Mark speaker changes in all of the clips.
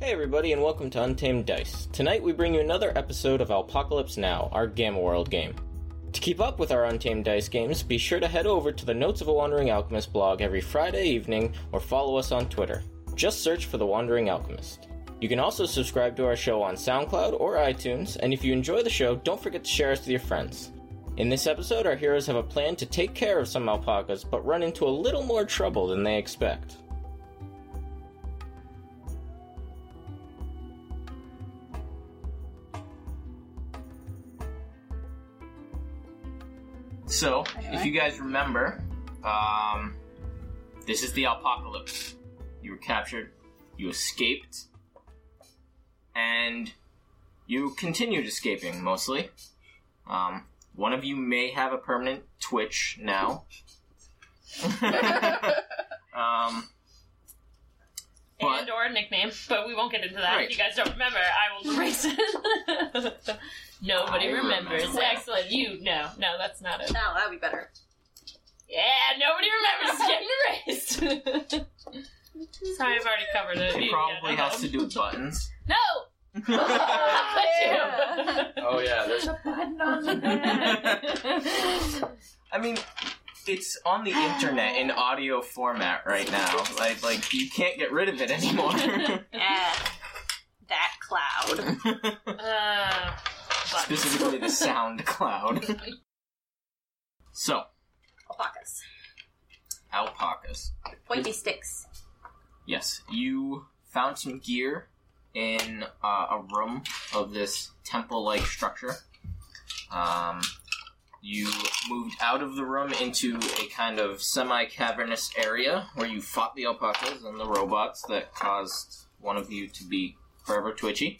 Speaker 1: Hey, everybody, and welcome to Untamed Dice. Tonight, we bring you another episode of Alpocalypse Now, our Gamma World game. To keep up with our Untamed Dice games, be sure to head over to the Notes of a Wandering Alchemist blog every Friday evening or follow us on Twitter. Just search for The Wandering Alchemist. You can also subscribe to our show on SoundCloud or iTunes, and if you enjoy the show, don't forget to share us with your friends. In this episode, our heroes have a plan to take care of some alpacas, but run into a little more trouble than they expect. So, if you guys remember, um, this is the apocalypse. You were captured, you escaped, and you continued escaping mostly. Um, one of you may have a permanent twitch now. um, but-
Speaker 2: and or a nickname, but we won't get into that.
Speaker 1: Right.
Speaker 2: If you guys don't remember, I will erase it. Nobody
Speaker 1: I
Speaker 2: remembers.
Speaker 1: remember.
Speaker 2: Excellent. You no, no, that's not it.
Speaker 3: No, that'd be better.
Speaker 2: Yeah, nobody remembers. It's getting erased. Sorry, I've already covered it.
Speaker 1: it
Speaker 2: You
Speaker 1: probably
Speaker 2: gotta
Speaker 1: has to do with buttons.
Speaker 2: No. How could you?
Speaker 1: Oh yeah, there's
Speaker 3: a button on
Speaker 1: I mean, it's on the internet in audio format right now. Like, like you can't get rid of it anymore.
Speaker 3: Yeah. That cloud.
Speaker 2: Uh, but-
Speaker 1: Specifically, the sound cloud. So,
Speaker 3: Alpacas.
Speaker 1: alpacas.
Speaker 3: Pointy sticks.
Speaker 1: Yes, you found some gear in uh, a room of this temple-like structure. Um, you moved out of the room into a kind of semi-cavernous area where you fought the alpacas and the robots that caused one of you to be forever twitchy.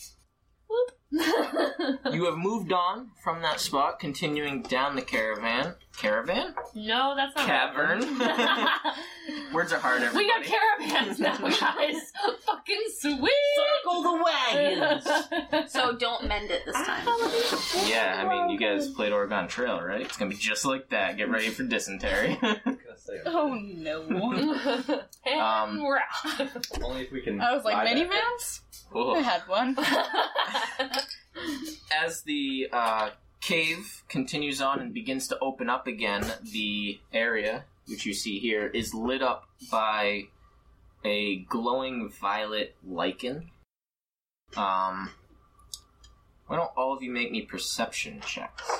Speaker 1: You have moved on from that spot, continuing down the caravan. Caravan?
Speaker 2: no, that's not
Speaker 1: Cavern?
Speaker 2: Right.
Speaker 1: Words are hard, everybody.
Speaker 2: we got caravans now, guys. Fucking sweet.
Speaker 1: Circle the wagons!
Speaker 3: So don't mend it this time.
Speaker 1: Yeah, I mean, you guys played Oregon Trail, right? It's gonna be just like that. Get ready for dysentery.
Speaker 4: Oh no.
Speaker 2: Mm. and
Speaker 1: Um,
Speaker 2: we're out.
Speaker 5: Only if we can.
Speaker 4: I was like,
Speaker 5: buy that.
Speaker 4: minivans? I
Speaker 1: Cool.
Speaker 4: had one.
Speaker 1: As the uh, cave continues on and begins to open up again, the area, which you see here, is lit up by a glowing violet lichen. Um, why don't all of you make me perception checks?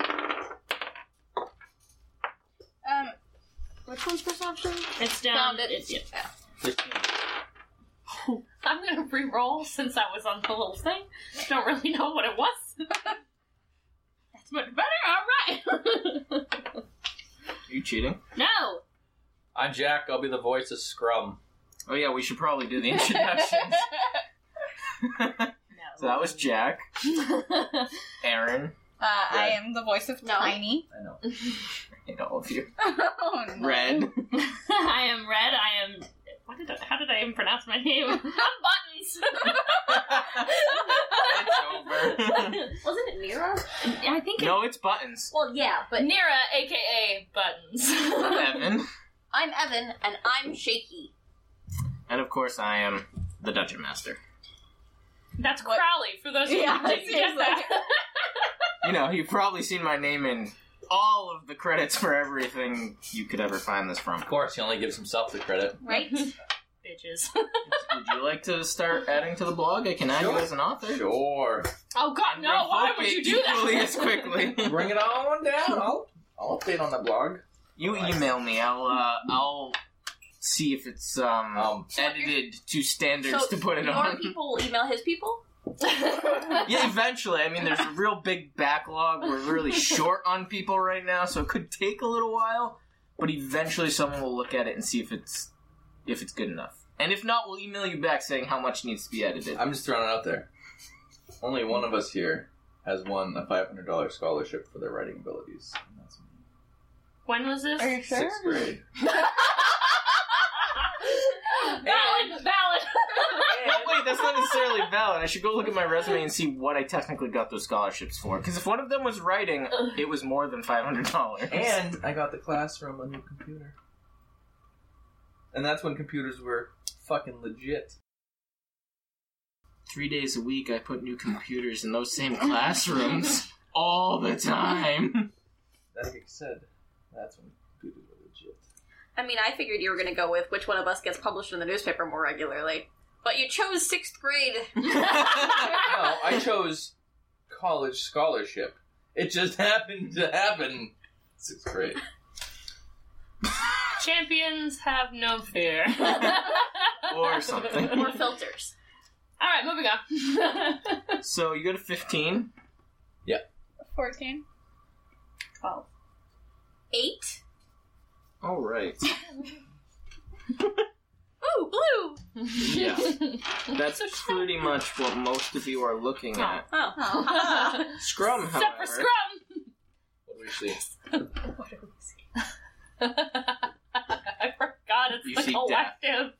Speaker 4: Um, which one's perception?
Speaker 2: It's down.
Speaker 4: Found it.
Speaker 2: It's, yeah. I'm gonna re-roll since I was on the little thing. Don't really know what it was. That's much better. All right.
Speaker 1: you cheating?
Speaker 2: no.
Speaker 5: I'm Jack. I'll be the voice of Scrum.
Speaker 1: Oh yeah, we should probably do the introductions. so that was Jack, Aaron,
Speaker 4: Uh, I am the voice of
Speaker 3: No.
Speaker 4: Tiny.
Speaker 1: I know. hate all of you.
Speaker 4: oh no.
Speaker 1: Red.
Speaker 2: I am red. I am. What did I, how did I even pronounce my name? I'm
Speaker 1: it's over.
Speaker 2: Buttons.
Speaker 3: Wasn't it Nira?
Speaker 2: I think
Speaker 1: no, it's buttons.
Speaker 3: Well, yeah,
Speaker 2: it's
Speaker 3: but
Speaker 2: Nira, aka Buttons.
Speaker 1: Evan.
Speaker 3: I'm Evan and I'm shaky.
Speaker 1: And of course, I am the Dungeon Master.
Speaker 2: That's
Speaker 4: What-
Speaker 2: Crowley. For those of you
Speaker 4: Yeah,
Speaker 2: who didn't get
Speaker 4: seriously.
Speaker 2: that.
Speaker 1: You know, you've probably seen my name in all of the credits for everything you could ever find this from.
Speaker 5: Of course, he only gives himself the credit.
Speaker 3: Right?
Speaker 2: Bitches.
Speaker 1: Would you like to start adding to the blog? I can add you
Speaker 5: Sure.
Speaker 1: as an author.
Speaker 5: Sure.
Speaker 2: Oh God,
Speaker 1: And
Speaker 2: no! Why
Speaker 1: revoke
Speaker 2: would
Speaker 1: it
Speaker 2: you do
Speaker 1: equally
Speaker 2: that?
Speaker 1: as quickly.
Speaker 5: Bring it on down. I'll, I'll update on the blog.
Speaker 1: You email me. I'll uh, I'll see if it's um,
Speaker 5: Um,
Speaker 1: edited to standards
Speaker 3: So
Speaker 1: to put it
Speaker 3: Your
Speaker 1: on.
Speaker 3: people will email his people?
Speaker 1: Yeah, eventually. I mean, there's a real big backlog. We're really short on people right now, so it could take a little while. But eventually, someone will look at it and see if it's if it's good enough. And if not, we'll email you back saying how much needs to be edited.
Speaker 5: I'm just throwing it out there. Only one of us here has won a $500 scholarship for their writing abilities. And that's me.
Speaker 2: when was this?
Speaker 4: Are you sure?
Speaker 5: Sixth grade.
Speaker 2: valid, valid.
Speaker 1: No, wait, that's not necessarily valid. I should go look at my resume and see what I technically got those scholarships for. Because if one of them was writing, it was more than five hundred dollars.
Speaker 5: And I got the classroom a new computer. And that's when computers were fucking legit.
Speaker 1: three days a week, I put new computers in those same classrooms all the time.
Speaker 5: That being said, that's when computers were legit.
Speaker 3: I mean, I figured you were going to go with which one of us gets published in the newspaper more regularly. But you chose sixth grade.
Speaker 5: No, I chose college scholarship. It just happened to happen. Sixth grade.
Speaker 2: Champions have no fear.
Speaker 1: or something.
Speaker 3: More filters.
Speaker 2: All right, moving on.
Speaker 1: So you go to 15.
Speaker 4: 14.
Speaker 2: Twelve.
Speaker 3: Eight.
Speaker 1: All right.
Speaker 3: Ooh, blue.
Speaker 1: Yeah. That's pretty much what most of you are looking at.
Speaker 3: Oh.
Speaker 4: Oh.
Speaker 1: Scrum, however.
Speaker 2: Except for Scrum.
Speaker 5: What do we see?
Speaker 2: I forgot it's
Speaker 1: You
Speaker 2: the
Speaker 1: see
Speaker 2: collective.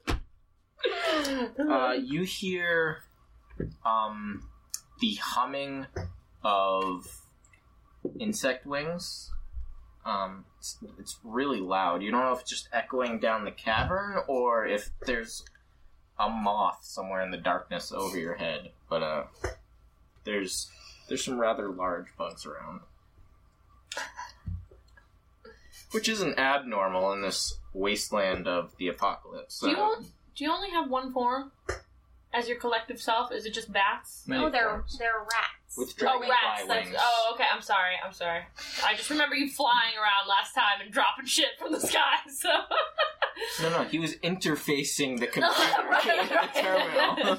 Speaker 1: Uh, you hear um, the humming of insect wings. Um, it's, it's really loud. You don't know if it's just echoing down the cavern or if there's a moth somewhere in the darkness over your head. But uh, there's there's some rather large bugs around, which isn't abnormal in this wasteland of the apocalypse.
Speaker 2: Do you
Speaker 1: so-
Speaker 2: want- Do you only have one form as your collective self? Is it just bats?
Speaker 5: Many
Speaker 3: oh, they're,
Speaker 5: forms.
Speaker 3: they're rats.
Speaker 1: with
Speaker 2: Oh,
Speaker 1: dragonfly
Speaker 2: rats.
Speaker 1: wings.
Speaker 2: That's, oh, okay. I'm sorry. I'm sorry. I just remember you flying around last time and dropping shit from the sky. So
Speaker 1: No, no, he was interfacing the computer with the terminal.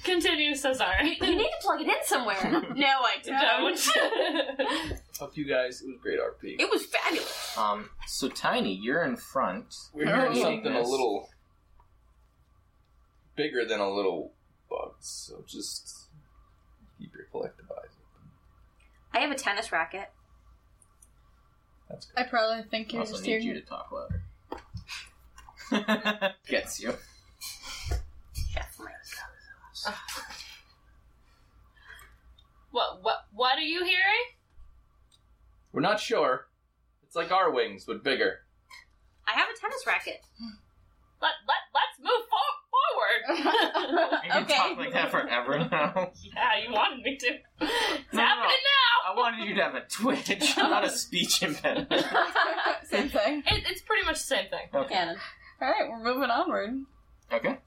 Speaker 2: continue. So sorry.
Speaker 3: You need to plug it in somewhere. no, I
Speaker 2: Don't.
Speaker 5: Fuck you guys. It was great RP.
Speaker 3: It was fabulous.
Speaker 1: Um, so Tiny, you're in front.
Speaker 5: We're hearing
Speaker 1: Oh.
Speaker 5: something a
Speaker 1: Yes.
Speaker 5: little bigger than a little bug, so just keep your collective eyes open.
Speaker 3: I have a tennis racket.
Speaker 5: That's good.
Speaker 4: I probably think
Speaker 1: I
Speaker 4: you're
Speaker 1: also
Speaker 4: just
Speaker 1: need you
Speaker 4: hearing
Speaker 1: to talk louder. Gets you.
Speaker 3: Chef Mike.
Speaker 2: what? What? What are you hearing?
Speaker 5: We're not sure. It's like our wings, but bigger.
Speaker 3: I have a tennis racket.
Speaker 2: Let Let Let's move for- forward.
Speaker 1: You can
Speaker 4: Okay.
Speaker 1: talk like that forever now.
Speaker 2: yeah, you wanted me to. It's
Speaker 1: No, Oh. no,
Speaker 2: happening
Speaker 1: I wanted you to have a twitch, not a speech impediment.
Speaker 4: Same thing.
Speaker 2: now. It, it's pretty much the same thing.
Speaker 3: Cannon.
Speaker 4: Alright, we're moving onward.
Speaker 1: Okay.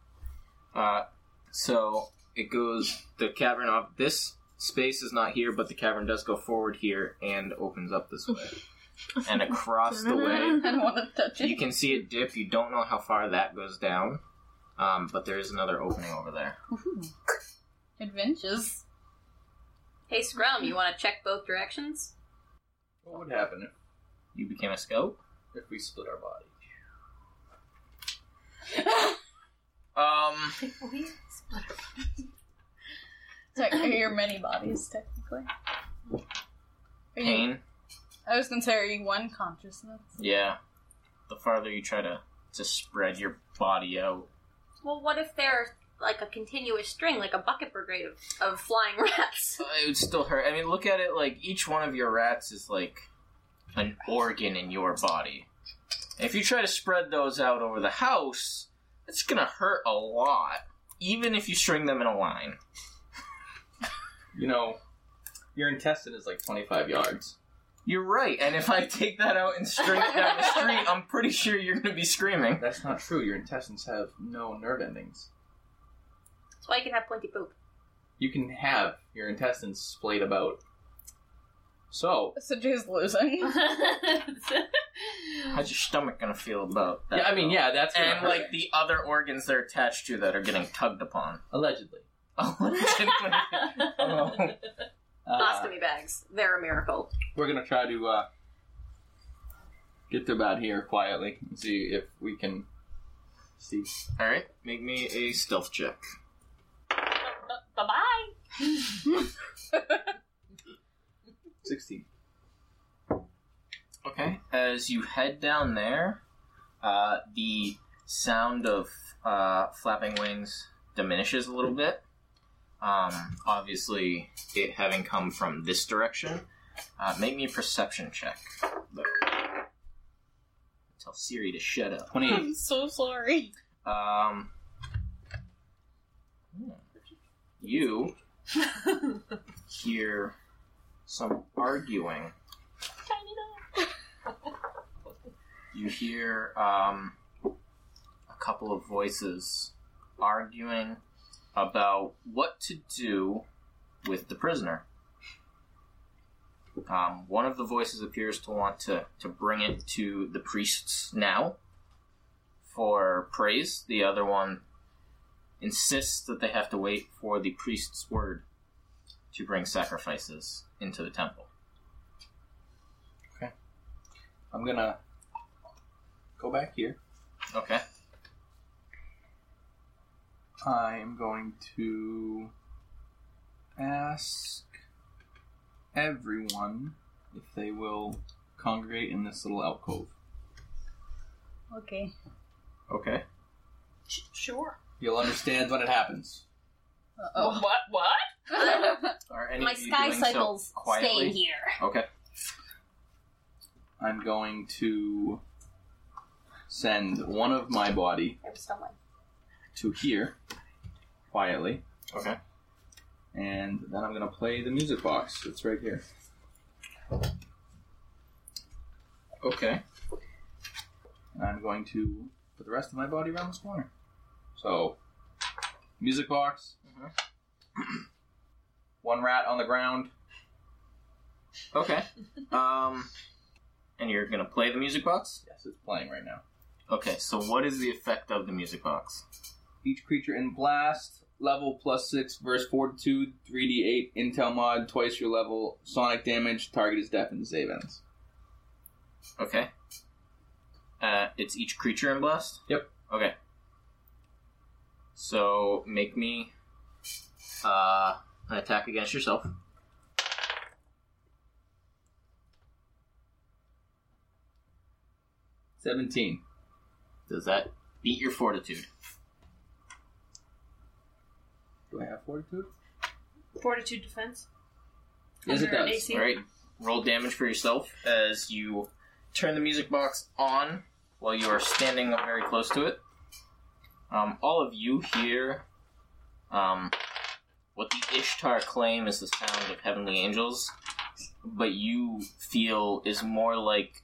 Speaker 1: Uh, so it goes the cavern off. This space is not here, but the cavern does go forward here and opens up this way and across the way.
Speaker 4: I don't want to touch
Speaker 1: You
Speaker 4: it.
Speaker 1: can see it dip. You don't know how far that goes down, um, but there is another opening over there.
Speaker 4: Adventures.
Speaker 3: Hey, Scrum, you want to check both directions?
Speaker 5: What would happen if,
Speaker 1: You became a scout.
Speaker 5: if we split our body?
Speaker 1: Um,
Speaker 4: Tech- are your many bodies, technically. Are you-
Speaker 1: pain.
Speaker 4: I was gonna say, are you one consciousness?
Speaker 1: Yeah. The farther you try to to spread your body out,
Speaker 3: Well, what if they're like a continuous string, like a bucket brigade of, of flying rats?
Speaker 1: Uh, it would still hurt. I mean, look at it like each one of your rats is like an organ in your body. If you try to spread those out over the house, it's gonna hurt a lot, even if you string them in a line.
Speaker 5: You know, your intestine is like 25 yards.
Speaker 1: You're right, and if I take that out and string it down the street, I'm pretty sure you're gonna be screaming.
Speaker 5: That's not true. Your intestines have no nerve endings.
Speaker 3: That's why you can have plenty poop.
Speaker 5: You can have your intestines splayed about. So,
Speaker 4: So Jay's losing.
Speaker 1: How's your stomach gonna feel about that?
Speaker 5: yeah, I mean,
Speaker 1: though?
Speaker 5: yeah, that's gonna
Speaker 1: And
Speaker 5: hurt.
Speaker 1: like the other organs they're attached to that are getting tugged upon.
Speaker 5: allegedly.
Speaker 1: Oh.
Speaker 5: Uh,
Speaker 3: Ostomy bags. They're a miracle.
Speaker 5: we're gonna try to uh, get to about here quietly and see if we can see.
Speaker 1: All right, make me a stealth check.
Speaker 2: Bye bye.
Speaker 5: 16.
Speaker 1: Okay. As you head down there, uh, the sound of uh, flapping wings diminishes a little bit. Um, obviously, it having come from this direction. Uh, make me a perception check. though. Tell Siri to shut up.
Speaker 5: 28.
Speaker 4: I'm so sorry.
Speaker 1: Um, hmm. you hear some arguing.
Speaker 2: Shiny dog.
Speaker 1: You hear um, a couple of voices arguing about what to do with the prisoner. Um, one of the voices appears to want to, to bring it to the priests now for praise. The other one insists that they have to wait for the priest's word to bring sacrifices into the temple.
Speaker 5: I'm gonna go back here.
Speaker 1: Okay.
Speaker 5: I'm going to ask everyone if they will congregate in this little alcove.
Speaker 4: Okay.
Speaker 5: Okay.
Speaker 2: Sure.
Speaker 5: You'll understand when it happens.
Speaker 4: Uh-oh.
Speaker 2: What? What?
Speaker 1: Are any
Speaker 4: My
Speaker 1: of you
Speaker 4: sky
Speaker 1: doing so
Speaker 4: cycle's
Speaker 1: quietly?
Speaker 4: staying here.
Speaker 1: Okay.
Speaker 5: I'm going to send one of my body
Speaker 4: I'm stumbling.
Speaker 5: to here quietly,
Speaker 1: Okay.
Speaker 5: and then I'm gonna play the music box. It's right here.
Speaker 1: Okay.
Speaker 5: and I'm going to put the rest of my body around this corner. So, music box, one rat on the ground.
Speaker 1: Okay. Um, and you're gonna play the music box.
Speaker 5: Yes, it's playing right now.
Speaker 1: Okay. So what is the effect of the music box?
Speaker 5: Each creature in blast, level plus six, verse fortitude, 3d8, intel mod, twice your level, sonic damage, target is deafened, save ends.
Speaker 1: Okay. Uh, it's each creature in blast.
Speaker 5: Yep.
Speaker 1: Okay. So make me uh, an attack against yourself.
Speaker 5: Seventeen.
Speaker 1: Does that beat your fortitude?
Speaker 5: Do I have fortitude?
Speaker 2: Fortitude defense.
Speaker 5: Yes, it
Speaker 2: Under
Speaker 5: does.
Speaker 2: AC.
Speaker 1: All right. Roll damage for yourself as you turn the music box on while you are standing up very close to it. Um, all of you hear um, what the Ishtar claim is the sound of heavenly angels, but you feel is more like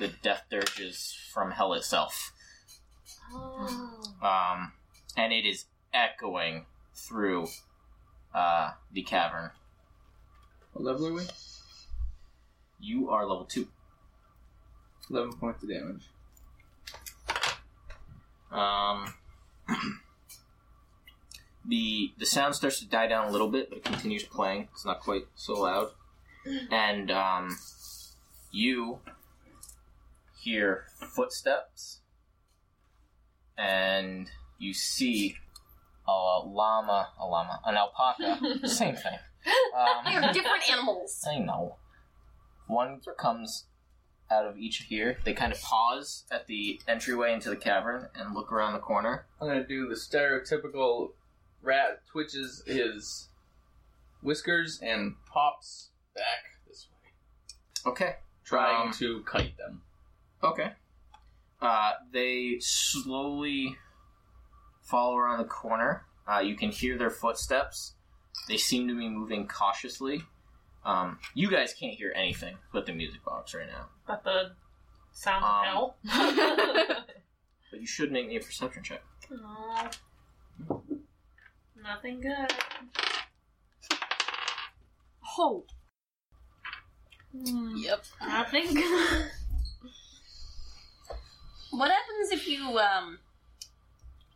Speaker 1: the death dirges from hell itself. Um, and it is echoing through uh, the cavern.
Speaker 5: What level are we?
Speaker 1: You are level two.
Speaker 5: Eleven points of damage.
Speaker 1: Um, the the sound starts to die down a little bit, but it continues playing. It's not quite so loud, and um, you hear footsteps, and you see a llama, a llama, an alpaca. Same thing.
Speaker 3: They
Speaker 1: Um,
Speaker 3: are different animals.
Speaker 1: I know. One comes out of each here. They kind of pause at the entryway into the cavern and look around the corner.
Speaker 5: I'm gonna do the stereotypical rat twitches his whiskers and pops back this way,
Speaker 1: Okay.
Speaker 5: trying
Speaker 1: Um,
Speaker 5: to kite them.
Speaker 1: Okay. Uh, they slowly follow around the corner. Uh, you can hear their footsteps. They seem to be moving cautiously. Um, you guys can't hear anything but the music box right now.
Speaker 2: But the sound
Speaker 1: Um.
Speaker 2: of hell.
Speaker 1: But you should make me a perception check.
Speaker 2: Aw. Nothing good.
Speaker 3: Oh,
Speaker 4: Yep.
Speaker 2: Nothing good.
Speaker 3: What happens if you um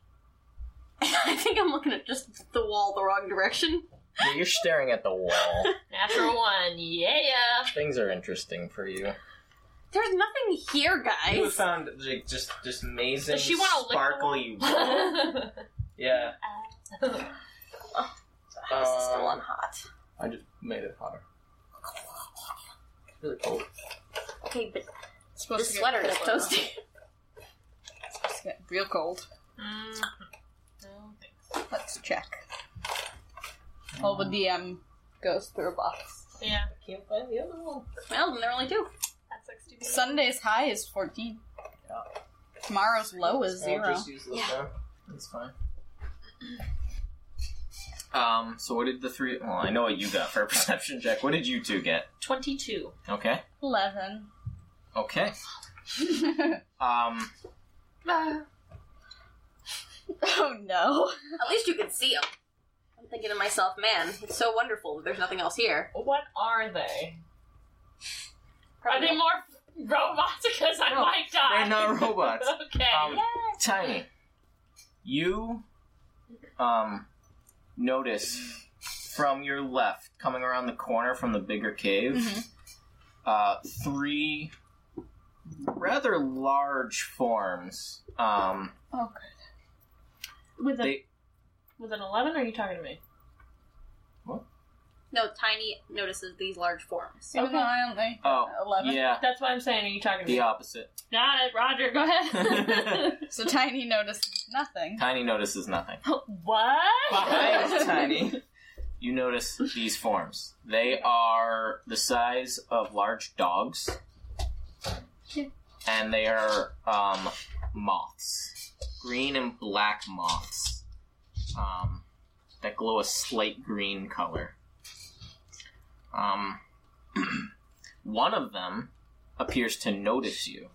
Speaker 3: I think I'm looking at just the wall the wrong direction.
Speaker 1: Yeah, you're staring at the wall.
Speaker 2: Natural one. Yeah.
Speaker 1: Things are interesting for you.
Speaker 3: There's nothing here,
Speaker 1: You
Speaker 3: guys.
Speaker 1: found like just just amazing,
Speaker 2: Does she want to lick
Speaker 1: sparkly.
Speaker 2: the wall?
Speaker 1: yeah.
Speaker 3: This is still
Speaker 1: Um,
Speaker 3: on hot.
Speaker 5: I just made it hotter. It's really cold.
Speaker 3: Okay, but
Speaker 4: It's supposed
Speaker 3: the
Speaker 4: to get
Speaker 3: sweater is
Speaker 4: cold right now.
Speaker 3: toasty.
Speaker 4: It's supposed to get real cold.
Speaker 2: Mm. No.
Speaker 4: Let's check. Well, the DM goes through a box.
Speaker 2: Yeah.
Speaker 1: can't find the other one.
Speaker 3: well, then there are only two.
Speaker 2: That's 60 minutes.
Speaker 4: Sunday's high is 14. Tomorrow's low is 0.
Speaker 1: I'll just use this
Speaker 3: Yeah.
Speaker 1: one. It's fine. Um, so what did the three? Well, I know what you got for a perception check. What did you two get?
Speaker 2: 22.
Speaker 1: Okay.
Speaker 4: Eleven.
Speaker 1: Okay. Um,
Speaker 4: oh no.
Speaker 3: At least you can see them. I'm thinking to myself, man, it's so wonderful that there's nothing else here.
Speaker 2: What are they? Are they more robots? Because I
Speaker 1: No,
Speaker 2: might die.
Speaker 1: they're not robots.
Speaker 2: okay.
Speaker 1: Um, Tiny, you um notice from your left, coming around the corner from the bigger cave,
Speaker 4: Mhm.
Speaker 1: uh, three rather large forms. Um,
Speaker 4: Okay.
Speaker 2: with, a,
Speaker 1: they
Speaker 2: with an 11, are you talking to me?
Speaker 3: No, Tiny notices these large forms.
Speaker 4: Even though I only
Speaker 1: oh
Speaker 4: eleven.
Speaker 1: yeah
Speaker 2: That's what I'm saying. Are you talking to
Speaker 1: the
Speaker 2: me?
Speaker 1: opposite.
Speaker 2: Got it, Roger. Go ahead.
Speaker 4: So Tiny noticed nothing.
Speaker 1: Tiny notices nothing.
Speaker 2: what?
Speaker 1: Behind Tiny, you notice these forms. They are the size of large dogs, and they are um, moths, green and black moths um, that glow a slight green color. Um, one of them appears to notice you,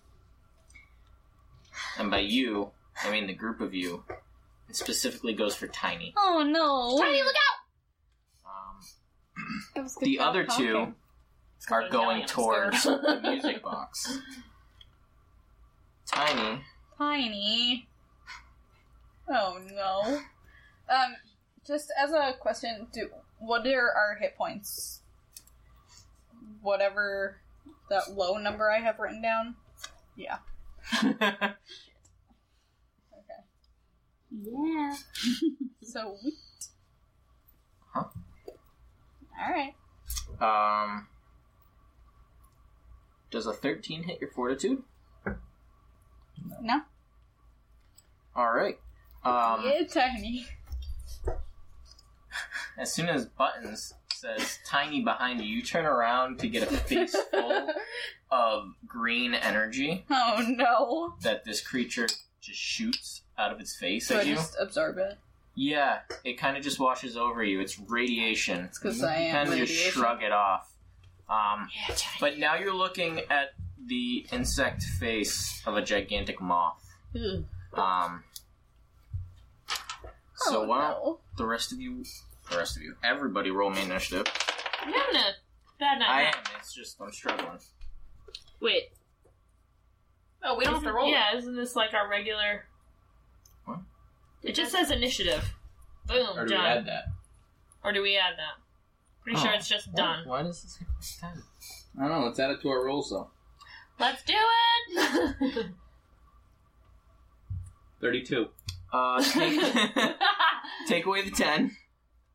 Speaker 1: and by you, I mean the group of you. It specifically goes for Tiny.
Speaker 4: Oh no.
Speaker 3: Tiny, look out!
Speaker 1: Um,
Speaker 4: That was good Oh,
Speaker 1: the
Speaker 4: job
Speaker 1: other two
Speaker 4: talking.
Speaker 1: are
Speaker 2: Somebody's yelling,
Speaker 1: going
Speaker 2: I'm
Speaker 1: towards
Speaker 2: scared.
Speaker 1: the music box. Tiny,
Speaker 4: Tiny. Oh no. Um, just as a question, do what are our hit points? Whatever that low number I have written down. Okay.
Speaker 2: Yeah.
Speaker 4: So we.
Speaker 1: Huh?
Speaker 4: All right.
Speaker 1: um, does a thirteen hit your fortitude?
Speaker 4: No.
Speaker 1: All right. Um,
Speaker 4: yeah, tiny.
Speaker 1: As soon as Buttons says "Tiny" behind you, you turn around to get a face full of green energy
Speaker 4: Oh no.
Speaker 1: that this creature just shoots out of its face
Speaker 4: So I
Speaker 1: at you.
Speaker 4: just absorb it.
Speaker 1: Yeah, it kind of just washes over you. It's radiation. It's
Speaker 4: 'cause I am
Speaker 1: You kind of just
Speaker 4: radiation.
Speaker 1: shrug it off. Um,
Speaker 2: Yeah, Tiny.
Speaker 1: but now you're looking at the insect face of a gigantic moth.
Speaker 4: Ew.
Speaker 1: Um, so
Speaker 4: oh,
Speaker 1: why don't
Speaker 4: no.
Speaker 1: the rest of you, the rest of you, everybody, roll me initiative.
Speaker 2: I'm having a bad night.
Speaker 1: I am. It's just I'm struggling.
Speaker 2: Wait.
Speaker 3: Oh, we don't have to roll.
Speaker 2: Yeah, isn't this like our regular.
Speaker 1: What?
Speaker 2: It just says initiative. Boom,
Speaker 5: Or do we
Speaker 2: done.
Speaker 5: add that?
Speaker 2: or do we add that? Pretty sure
Speaker 1: Oh.
Speaker 2: it's just done.
Speaker 1: Why does this have ten?
Speaker 5: I don't know. Let's add it to our rolls though.
Speaker 2: Let's do it!
Speaker 5: Thirty-two.
Speaker 1: Uh, take, take away the ten.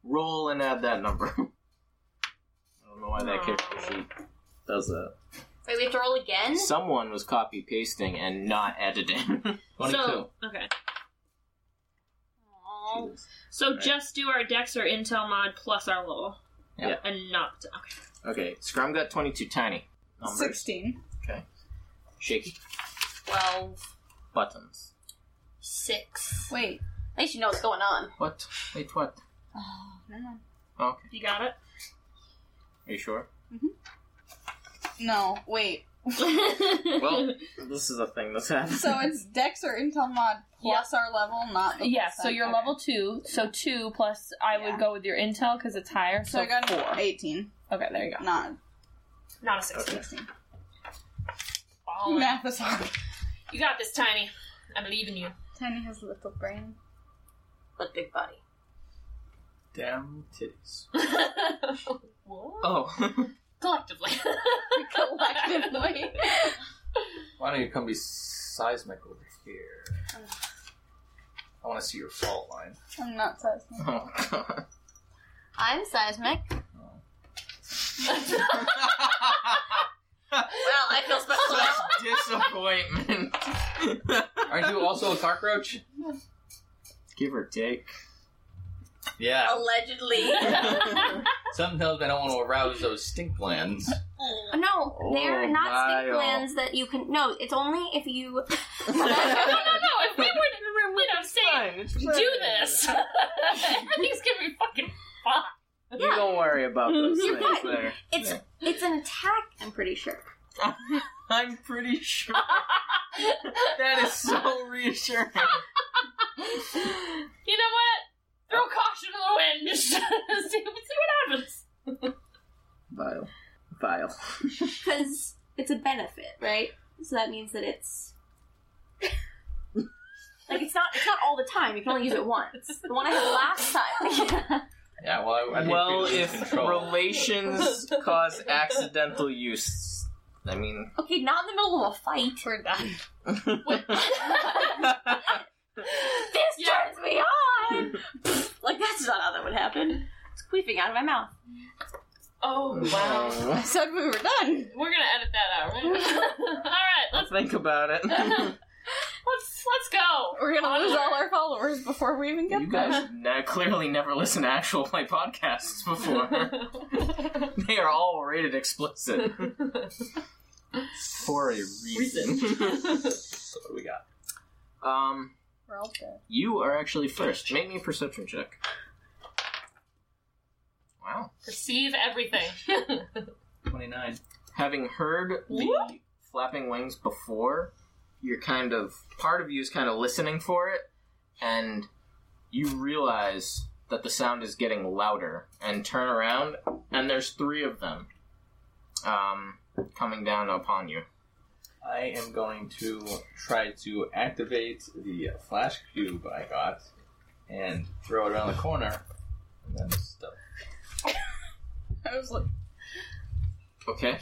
Speaker 1: Roll and add that number. I don't know why that character sheet does that.
Speaker 3: Wait, we have to roll again?
Speaker 1: Someone was copy pasting and not editing.
Speaker 5: Twenty-two.
Speaker 2: So, okay.
Speaker 3: Aw.
Speaker 2: So
Speaker 1: Right.
Speaker 2: just do our dex or intel mod plus our level.
Speaker 1: Yeah.
Speaker 2: And not. Okay.
Speaker 1: okay, Scrum got 22 tiny. Numbers.
Speaker 4: Sixteen.
Speaker 1: Shaky.
Speaker 3: 12,
Speaker 1: Buttons.
Speaker 3: 6.
Speaker 4: Wait.
Speaker 3: At least you know what's going on.
Speaker 1: What? Wait, what?
Speaker 4: Oh, no, no.
Speaker 1: Okay.
Speaker 2: You got it?
Speaker 1: Are you sure?
Speaker 4: No. Wait.
Speaker 1: Well, this is a thing that's happened.
Speaker 4: So it's Dex or Intel mod plus our level, not the
Speaker 2: yeah, so
Speaker 4: percent.
Speaker 2: you're
Speaker 4: Okay.
Speaker 2: level 2, so 2 plus I
Speaker 4: Yeah.
Speaker 2: would go with your intel because it's higher,
Speaker 4: So,
Speaker 2: so,
Speaker 4: I got
Speaker 2: 4.
Speaker 4: eighteen.
Speaker 2: Okay, there you go.
Speaker 4: Not
Speaker 2: Not a 6.
Speaker 4: sixteen.
Speaker 2: Ballin'.
Speaker 4: Math is hard.
Speaker 2: You got this, Tiny. I believe in you.
Speaker 4: Tiny has a little brain.
Speaker 3: But big body.
Speaker 1: Damn titties.
Speaker 2: What?
Speaker 1: Oh.
Speaker 2: Collectively.
Speaker 4: Collectively.
Speaker 5: Why don't you come be seismic over here? I want to see your fault line.
Speaker 4: I'm not seismic.
Speaker 1: oh, God.
Speaker 3: I'm seismic. Well, I feel special now.
Speaker 1: Such disappointment.
Speaker 5: Aren't you also a cockroach?
Speaker 1: Give or take.
Speaker 5: Yeah.
Speaker 1: Oh.
Speaker 3: Allegedly.
Speaker 5: Sometimes they don't want to arouse those stink glands.
Speaker 3: No, they're
Speaker 1: Oh,
Speaker 3: not
Speaker 1: my, oh.
Speaker 3: stink glands that you can. No, it's only if you.
Speaker 2: no, no, no. If we were in a room, we don't I'm saying.
Speaker 1: Fine, it's
Speaker 2: Do
Speaker 1: fine.
Speaker 2: this. Everything's gonna be fucking fine.
Speaker 1: You don't worry about those
Speaker 3: You're
Speaker 1: things
Speaker 3: fine.
Speaker 1: there.
Speaker 3: It's it's an attack. I'm pretty sure.
Speaker 1: I'm pretty sure that is so reassuring.
Speaker 2: You know what? Throw caution to the wind. Just see, see what happens.
Speaker 5: Vile. Vile.
Speaker 3: Because it's a benefit, right? So that means that it's like it's not it's not all the time. You can only use it once. The one I had last time.
Speaker 5: Yeah, well, I, I think
Speaker 1: Well,
Speaker 5: we lose
Speaker 1: if
Speaker 5: control.
Speaker 1: relations cause accidental use, I mean.
Speaker 3: okay, not in the middle of a fight.
Speaker 4: We're done.
Speaker 3: this
Speaker 2: Yeah.
Speaker 3: turns me on. like that's not how that would happen. It's queefing out of my mouth.
Speaker 2: Oh wow.
Speaker 4: I said we were done.
Speaker 2: We're gonna edit that out, right? all right,
Speaker 1: I'll
Speaker 2: let's
Speaker 1: think about it.
Speaker 2: let's let's go.
Speaker 4: We're gonna lose all our followers before we even get
Speaker 5: You
Speaker 4: there.
Speaker 5: guys-
Speaker 1: I clearly never listened to actual play podcasts before. they are all rated explicit. For a reason.
Speaker 5: That's what we got.
Speaker 1: um,
Speaker 4: We're all dead.
Speaker 1: you are actually first. Make me a perception check. Wow.
Speaker 2: Perceive everything.
Speaker 5: 29.
Speaker 1: having heard the flapping wings before, you're kind of part of you is kind of listening for it, and you realize that the sound is getting louder, and turn around, and there's three of them um, coming down upon you.
Speaker 5: I am going to try to activate the flash cube I got and throw it around the corner and then stuff.
Speaker 4: I was like,
Speaker 1: Okay.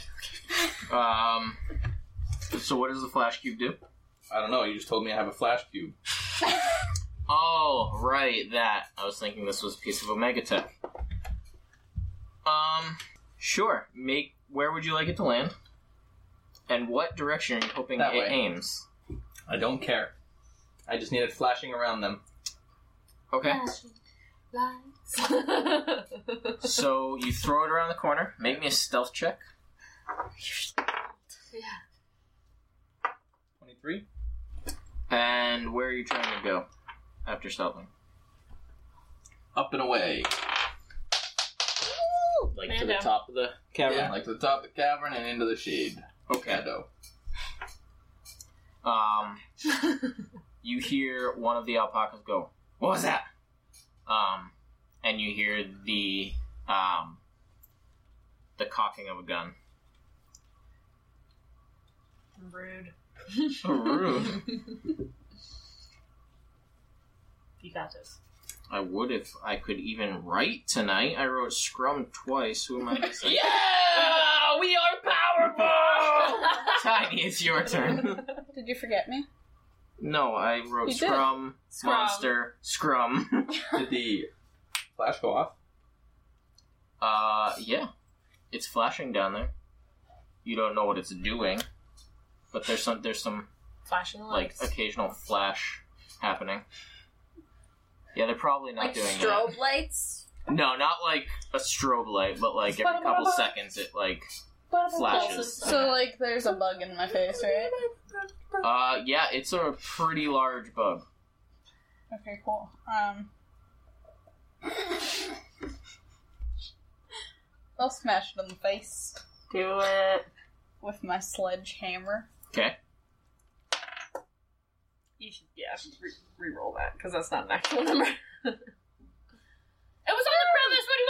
Speaker 1: Um, so what does the flash cube do?
Speaker 5: I don't know, you just told me I have a flash cube.
Speaker 1: Oh, right, that. I was thinking this was a piece of Omega Tech. Um, sure. Make where would you like it to land? And what direction are you hoping
Speaker 5: That
Speaker 1: it
Speaker 5: way.
Speaker 1: aims?
Speaker 5: I don't care. I just need it flashing around them.
Speaker 1: Okay.
Speaker 2: Lights.
Speaker 1: so you throw it around the corner. Make me a stealth check.
Speaker 5: 23?
Speaker 1: And where are you trying to go after stealthing?
Speaker 5: Up and away.
Speaker 6: Like to
Speaker 2: Mando.
Speaker 6: the top of the cavern.
Speaker 5: Yeah, like to the top of the cavern and into the shade.
Speaker 1: Okay.
Speaker 5: Shadow.
Speaker 1: Um, you hear one of the alpacas go, "What was that?" Um, and you hear the um, the cocking of a gun.
Speaker 2: Rude.
Speaker 1: Rude.
Speaker 2: You got this.
Speaker 1: I would if I could even write tonight. I wrote scrum twice. Who am I missing?
Speaker 2: Yeah, we are powerful.
Speaker 1: Tiny, it's your turn.
Speaker 4: did you forget me?
Speaker 1: No, I wrote
Speaker 4: You did.
Speaker 1: scrum,
Speaker 2: Scrum.
Speaker 1: monster, scrum.
Speaker 5: Did the flash go off?
Speaker 1: Uh, yeah. It's flashing down there. You don't know what it's doing, but there's some there's some
Speaker 2: Flashing the
Speaker 1: like
Speaker 2: lights.
Speaker 1: occasional flash happening. Yeah, they're probably not
Speaker 3: like
Speaker 1: doing
Speaker 3: strobe lights.
Speaker 1: that. No, not like a strobe light, but like every couple seconds it like flashes.
Speaker 4: So like, there's a bug in my face, right?
Speaker 1: Uh, yeah, it's a pretty large bug.
Speaker 4: Okay, cool. Um, I'll smash it in the face
Speaker 2: Do it.
Speaker 4: with my sledgehammer.
Speaker 1: Okay.
Speaker 2: You should, yeah, re- re-roll that because that's not an actual number. it was on the premise. What do you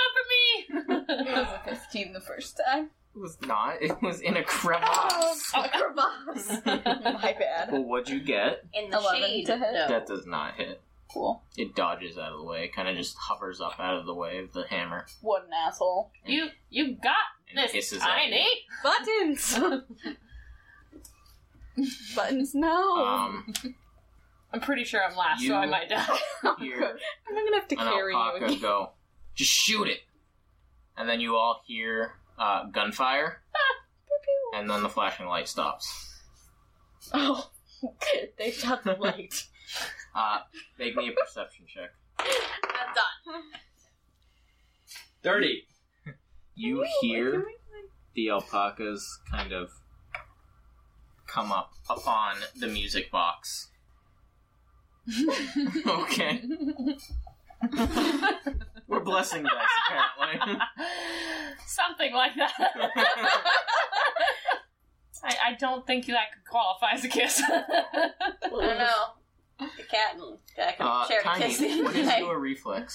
Speaker 2: want from
Speaker 4: It
Speaker 2: me?
Speaker 4: was a fifteen the first time.
Speaker 1: It was not. It was in a crevasse.
Speaker 4: my bad.
Speaker 1: well, what'd you get?
Speaker 3: In the
Speaker 4: Eleven
Speaker 3: shade.
Speaker 4: to hit.
Speaker 3: No.
Speaker 1: That does not hit.
Speaker 4: Cool.
Speaker 1: It dodges out of the way. Kind of just hovers up out of the way of the hammer.
Speaker 4: What an asshole.
Speaker 2: you you got
Speaker 1: And
Speaker 2: this,
Speaker 1: hisses at
Speaker 2: tiny.
Speaker 4: Buttons. Buttons. No.
Speaker 1: Um,
Speaker 2: I'm pretty sure I'm last, so I
Speaker 1: You-
Speaker 2: might die.
Speaker 1: here.
Speaker 4: I'm gonna have to
Speaker 1: an
Speaker 4: carry you
Speaker 1: alpaca
Speaker 4: again.
Speaker 1: go, just shoot it. And then you all hear uh, gunfire, and then the flashing light stops.
Speaker 4: Oh, they shot the light.
Speaker 1: Uh, make me a perception check.
Speaker 3: I'm done.
Speaker 5: 30!
Speaker 1: You hear the alpacas kind of come up upon the music box. Okay. We're blessing dice, apparently.
Speaker 2: Something like that. I, I don't think that could qualify as a kiss.
Speaker 3: I don't know. The cat and Jack and
Speaker 1: uh,
Speaker 3: Cherry
Speaker 1: Tiny,
Speaker 3: kissing.
Speaker 1: what is
Speaker 3: Like,
Speaker 1: your reflex?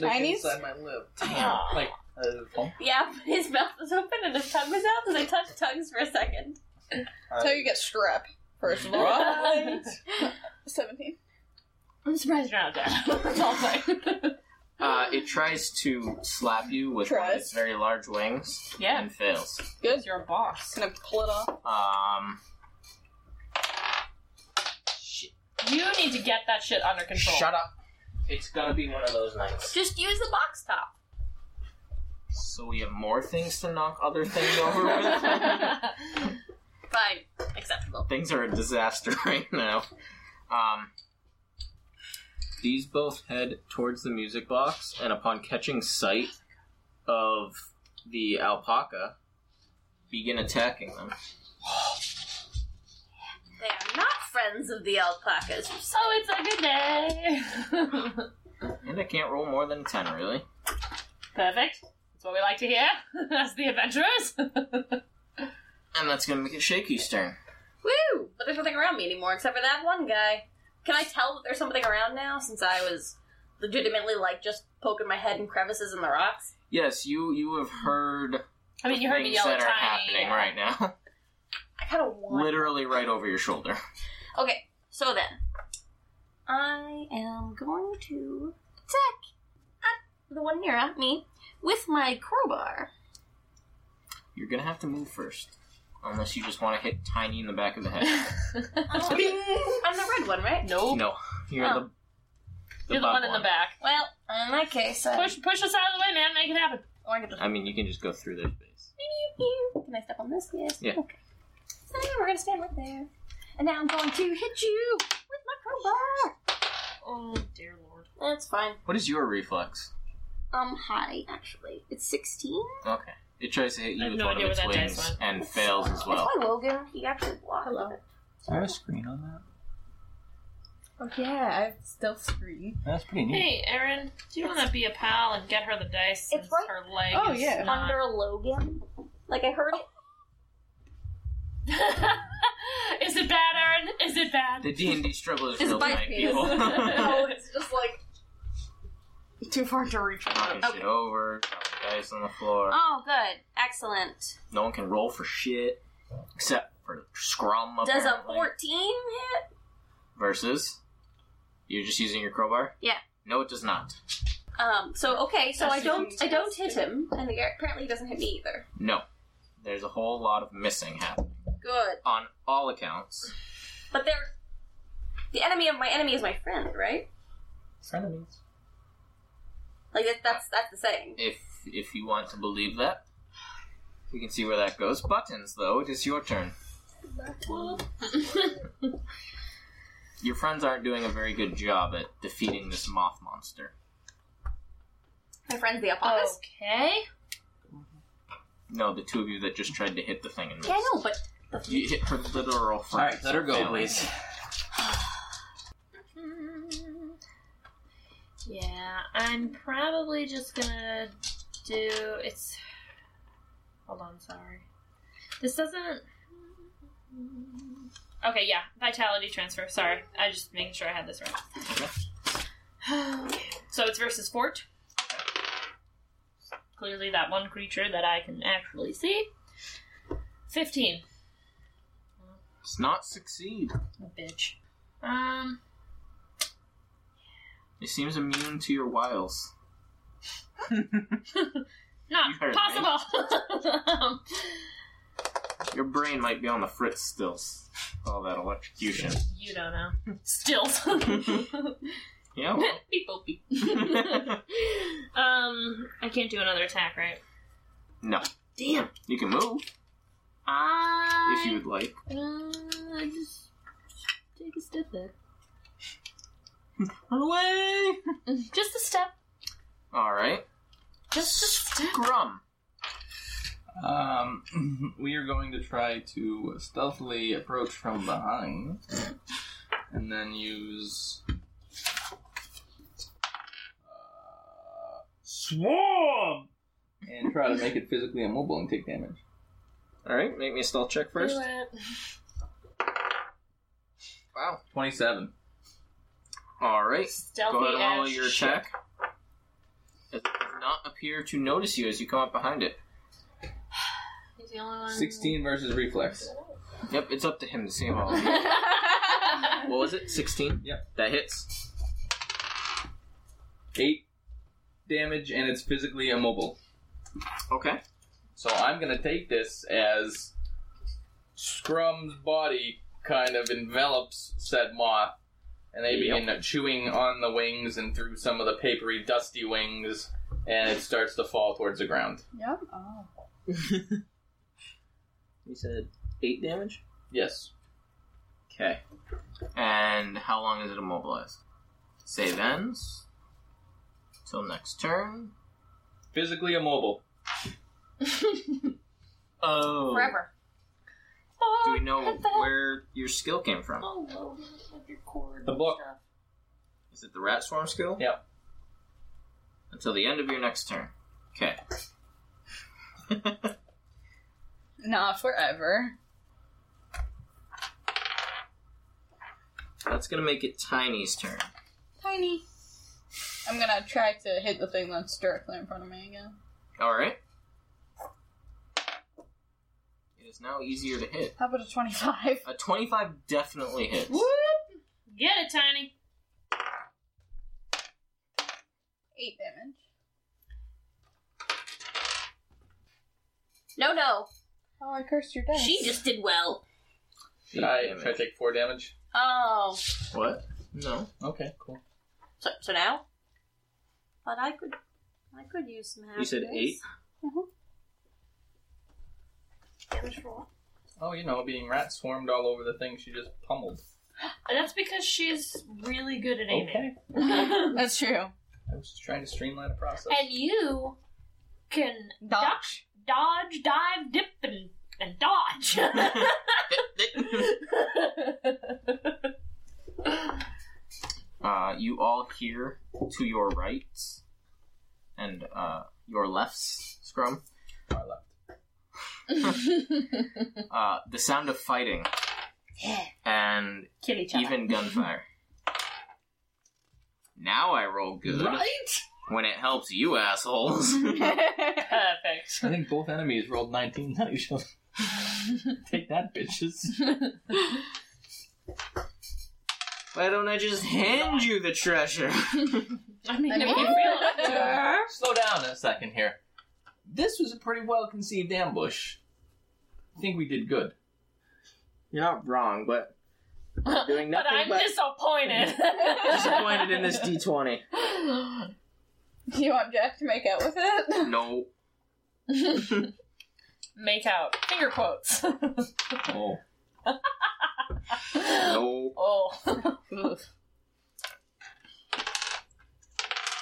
Speaker 4: Tiny's-
Speaker 5: inside my lip.
Speaker 1: Damn.
Speaker 5: Like, uh,
Speaker 3: Yeah, his mouth is open and his tongue is out, and they touch tongues for a second.
Speaker 4: So you get strep, first of all.
Speaker 5: Right.
Speaker 4: 17.
Speaker 2: I'm surprised you're not dead. That's all I'm saying.
Speaker 1: Uh, it tries to slap you with one of
Speaker 4: Tries.
Speaker 1: its very large wings
Speaker 2: Yeah.
Speaker 1: and fails.
Speaker 4: Good.
Speaker 2: You're a boss.
Speaker 4: Gonna pull it off.
Speaker 1: Um,
Speaker 2: You need to get that shit under control.
Speaker 1: shut up.
Speaker 6: It's gonna be one of those nights.
Speaker 3: Just use the box top.
Speaker 1: So we have more things to knock other things over with.
Speaker 3: Fine. Acceptable.
Speaker 1: things are a disaster right now. Um, these both head towards the music box, and upon catching sight of the alpaca, begin attacking them.
Speaker 3: They are not friends of the alpacas.
Speaker 2: so it's a good day.
Speaker 1: And I can't roll more than ten, really.
Speaker 2: Perfect. That's what we like to hear. That's the adventurers.
Speaker 1: And that's gonna make it Shaky's turn.
Speaker 3: Woo! But there's nothing around me anymore except for that one guy. Can I tell that there's something around now since I was legitimately like just poking my head in crevices in the rocks?
Speaker 1: Yes, you you have heard
Speaker 2: I mean, you heard me
Speaker 1: things
Speaker 2: yell
Speaker 1: that
Speaker 2: at
Speaker 1: are
Speaker 2: Tiny.
Speaker 1: happening right now,
Speaker 3: I kind of want.
Speaker 1: literally right over your shoulder.
Speaker 3: Okay, so then I am going to attack at the one near at me with my crowbar.
Speaker 1: You're gonna have to move first, unless you just want to hit Tiny in the back of the head.
Speaker 3: I'm the red one, right?
Speaker 2: Nope.
Speaker 1: no, you're the,
Speaker 2: Oh. You're the
Speaker 1: bug
Speaker 2: one in the back.
Speaker 3: Well, in that case, I...
Speaker 2: Push, push us out of the way, man. Make it happen.
Speaker 3: Or I could just
Speaker 1: I mean, you can just go through their space.
Speaker 3: Can I step on this? Yes.
Speaker 1: Yeah.
Speaker 3: Okay. So now we're gonna stand right there. And now I'm going to hit you with my crowbar.
Speaker 2: Oh, dear lord.
Speaker 3: That's fine.
Speaker 1: What is your reflex?
Speaker 3: Um, high actually. It's 16.
Speaker 1: Okay. It tries to hit
Speaker 2: I
Speaker 1: you
Speaker 2: have
Speaker 1: with
Speaker 2: no
Speaker 1: one of
Speaker 2: idea
Speaker 1: its
Speaker 2: where that dice
Speaker 1: wings
Speaker 2: went.
Speaker 1: and fails as well.
Speaker 3: It's by Logan. He actually blocked. Hello.
Speaker 5: Is there a screen on that?
Speaker 4: Oh, yeah, I have stealth screen.
Speaker 5: That's pretty
Speaker 1: Mm.
Speaker 5: neat.
Speaker 2: Hey, Erin, do you want to be a pal and get her the dice?
Speaker 3: It's
Speaker 2: since
Speaker 3: right-
Speaker 2: her leg.
Speaker 4: Oh,
Speaker 2: is
Speaker 4: yeah.
Speaker 2: not-
Speaker 3: Under Logan. Like I heard it.
Speaker 2: is it bad, Erin? Is it bad?
Speaker 1: The D and D struggle is
Speaker 3: It's
Speaker 1: real
Speaker 3: bite
Speaker 1: tonight,
Speaker 3: me.
Speaker 1: people. Push
Speaker 4: Oh, it's just like. Too far to reach out.
Speaker 1: it over, drop the dice on the floor.
Speaker 2: Uh.
Speaker 3: Oh, good. Excellent.
Speaker 1: No one can roll for shit except for Scrum.
Speaker 3: Does a
Speaker 1: apparently.
Speaker 3: 14 hit?
Speaker 1: versus? You're just using your crowbar.
Speaker 3: Yeah.
Speaker 1: No, it does not.
Speaker 3: Um. So okay. So
Speaker 4: That's
Speaker 3: I don't.
Speaker 4: just-
Speaker 3: I don't hit him, and the, apparently he doesn't hit me either.
Speaker 1: No. There's a whole lot of missing happening
Speaker 3: Good.
Speaker 1: on all accounts.
Speaker 3: But they're the enemy of my enemy is my friend, right?
Speaker 5: Frenemies.
Speaker 3: Like that, that's that's the saying.
Speaker 1: If if you want to believe that, we can see where that goes. Buttons, though, it is your turn. Your friends aren't doing a very good job at defeating this moth monster.
Speaker 3: My friend's
Speaker 4: Oh.
Speaker 3: the alpacas.
Speaker 2: Okay.
Speaker 1: No, the two of you that just tried to hit the thing and missed.
Speaker 3: Yeah, I know, but
Speaker 1: You hit her literal front.
Speaker 5: Alright, let her go, please.
Speaker 2: Hmm. Yeah, I'm probably just gonna do it's. Hold on, sorry. This doesn't. Okay, yeah, vitality transfer. Sorry, I just making sure I had this right. okay, so it's versus fort. Clearly, that one creature that I can actually see. Fifteen,
Speaker 1: Does not succeed.
Speaker 2: oh, bitch. Um,
Speaker 1: It seems immune to your wiles.
Speaker 2: not
Speaker 1: You heard me.
Speaker 2: possible. um,
Speaker 1: Your brain might be on the fritz still. s- All that electrocution.
Speaker 2: you don't know. Stills.
Speaker 1: Yeah. Oh, well.
Speaker 2: beep boop, beep. um, I can't do another attack, right?
Speaker 1: no. Damn. You can move
Speaker 2: I
Speaker 1: if you would like.
Speaker 2: uh, I just take a step back.
Speaker 1: Run away.
Speaker 2: Just a step.
Speaker 1: All right.
Speaker 2: Just a step.
Speaker 1: Scrum.
Speaker 5: Um, we are going to try to stealthily approach from behind and then use uh, swarm and try to make it physically immobile and take damage.
Speaker 1: All right, make me a stealth check first. Wow.
Speaker 5: Twenty-seven.
Speaker 1: All right.
Speaker 2: Stealthy
Speaker 1: Go ahead and roll
Speaker 2: as
Speaker 1: your
Speaker 2: shit.
Speaker 1: attack. It does not appear to notice you as you come up behind it.
Speaker 2: He's the only one.
Speaker 5: Sixteen versus reflex.
Speaker 1: Yep, it's up to him to see him all. what was it? 16?
Speaker 5: Yep.
Speaker 1: That hits.
Speaker 5: Eight damage, and it's physically immobile.
Speaker 1: Okay.
Speaker 5: So I'm gonna take this as Scrum's body kind of envelops said moth, and they
Speaker 1: Yep.
Speaker 5: begin chewing on the wings and through some of the papery, dusty wings, and it starts to fall towards the ground.
Speaker 4: Yum. Oh.
Speaker 1: You said 8 damage?
Speaker 5: Yes.
Speaker 1: Okay. And how long is it immobilized? Save ends. Till next turn.
Speaker 5: Physically immobile.
Speaker 1: Oh.
Speaker 3: Forever.
Speaker 2: Oh,
Speaker 1: Do we know
Speaker 2: what the hell?
Speaker 1: where your skill came from?
Speaker 2: Oh, well, with your cord
Speaker 5: The
Speaker 2: and
Speaker 5: book.
Speaker 2: stuff.
Speaker 1: Is it the rat swarm skill?
Speaker 5: Yep.
Speaker 1: Until the end of your next turn. Okay.
Speaker 4: Nah, forever.
Speaker 1: That's gonna make it Tiny's turn.
Speaker 4: Tiny. I'm gonna try to hit the thing that's directly in front of me again.
Speaker 1: Alright. It is now easier to hit.
Speaker 4: How about a 25?
Speaker 1: A 25 definitely hits.
Speaker 2: Whoop. Get it, Tiny.
Speaker 4: 8 damage.
Speaker 3: No, no.
Speaker 4: Oh, I cursed your dice.
Speaker 3: She just did well.
Speaker 5: Should I,
Speaker 1: Damage.
Speaker 5: should I take four damage?
Speaker 3: Oh.
Speaker 1: What? No.
Speaker 5: Okay, cool.
Speaker 3: So, so now? But I could. I could use some happiness.
Speaker 1: You said 8?
Speaker 2: Damage roll.
Speaker 5: Oh, you know, being rat swarmed all over the thing she just pummeled.
Speaker 2: And That's because she's really good at aiming.
Speaker 5: Okay.
Speaker 4: That's true.
Speaker 5: I was just trying to streamline the process.
Speaker 2: And you can duck,
Speaker 4: Dodge.
Speaker 2: dodge, dive, dip, and, and dodge.
Speaker 1: uh, you all hear to your right and uh, your left, Scrum,
Speaker 5: Far left.
Speaker 1: uh, the sound of fighting and
Speaker 3: Kill each other.
Speaker 1: even gunfire. Now I roll good when it helps you assholes.
Speaker 2: Perfect.
Speaker 5: I think both enemies rolled 19. Now you should take that, bitches.
Speaker 1: Why don't I just hand you the treasure?
Speaker 2: I mean,
Speaker 4: I
Speaker 2: if you
Speaker 4: mean-
Speaker 2: feel up to it.
Speaker 5: Slow down a second here. This was a pretty well conceived ambush. I think we did good.
Speaker 1: You're not wrong, but doing
Speaker 2: But I'm disappointed.
Speaker 1: disappointed in this d20.
Speaker 4: Do you want Jack to make out with it?
Speaker 1: No.
Speaker 2: Make out. Finger quotes.
Speaker 5: Oh.
Speaker 1: No.
Speaker 2: oh.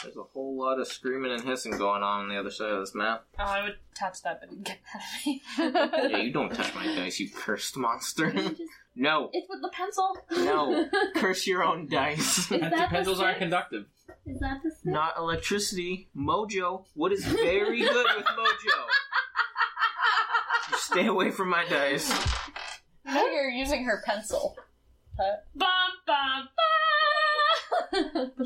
Speaker 1: There's a whole lot of screaming and hissing going on on the other side of this map.
Speaker 2: Oh, I would touch that, but it'd get mad at me.
Speaker 1: Yeah, you don't touch my dice, you cursed monster. no.
Speaker 3: It's with the pencil.
Speaker 1: No. Curse your own dice.
Speaker 3: Is that the
Speaker 5: Pencils aren't
Speaker 3: stick?
Speaker 5: conductive.
Speaker 3: Is that the stick?
Speaker 1: Not electricity. Mojo. What is very good with mojo? You Stay away from my dice.
Speaker 4: now you're using her pencil.
Speaker 2: Bum, bum, bum.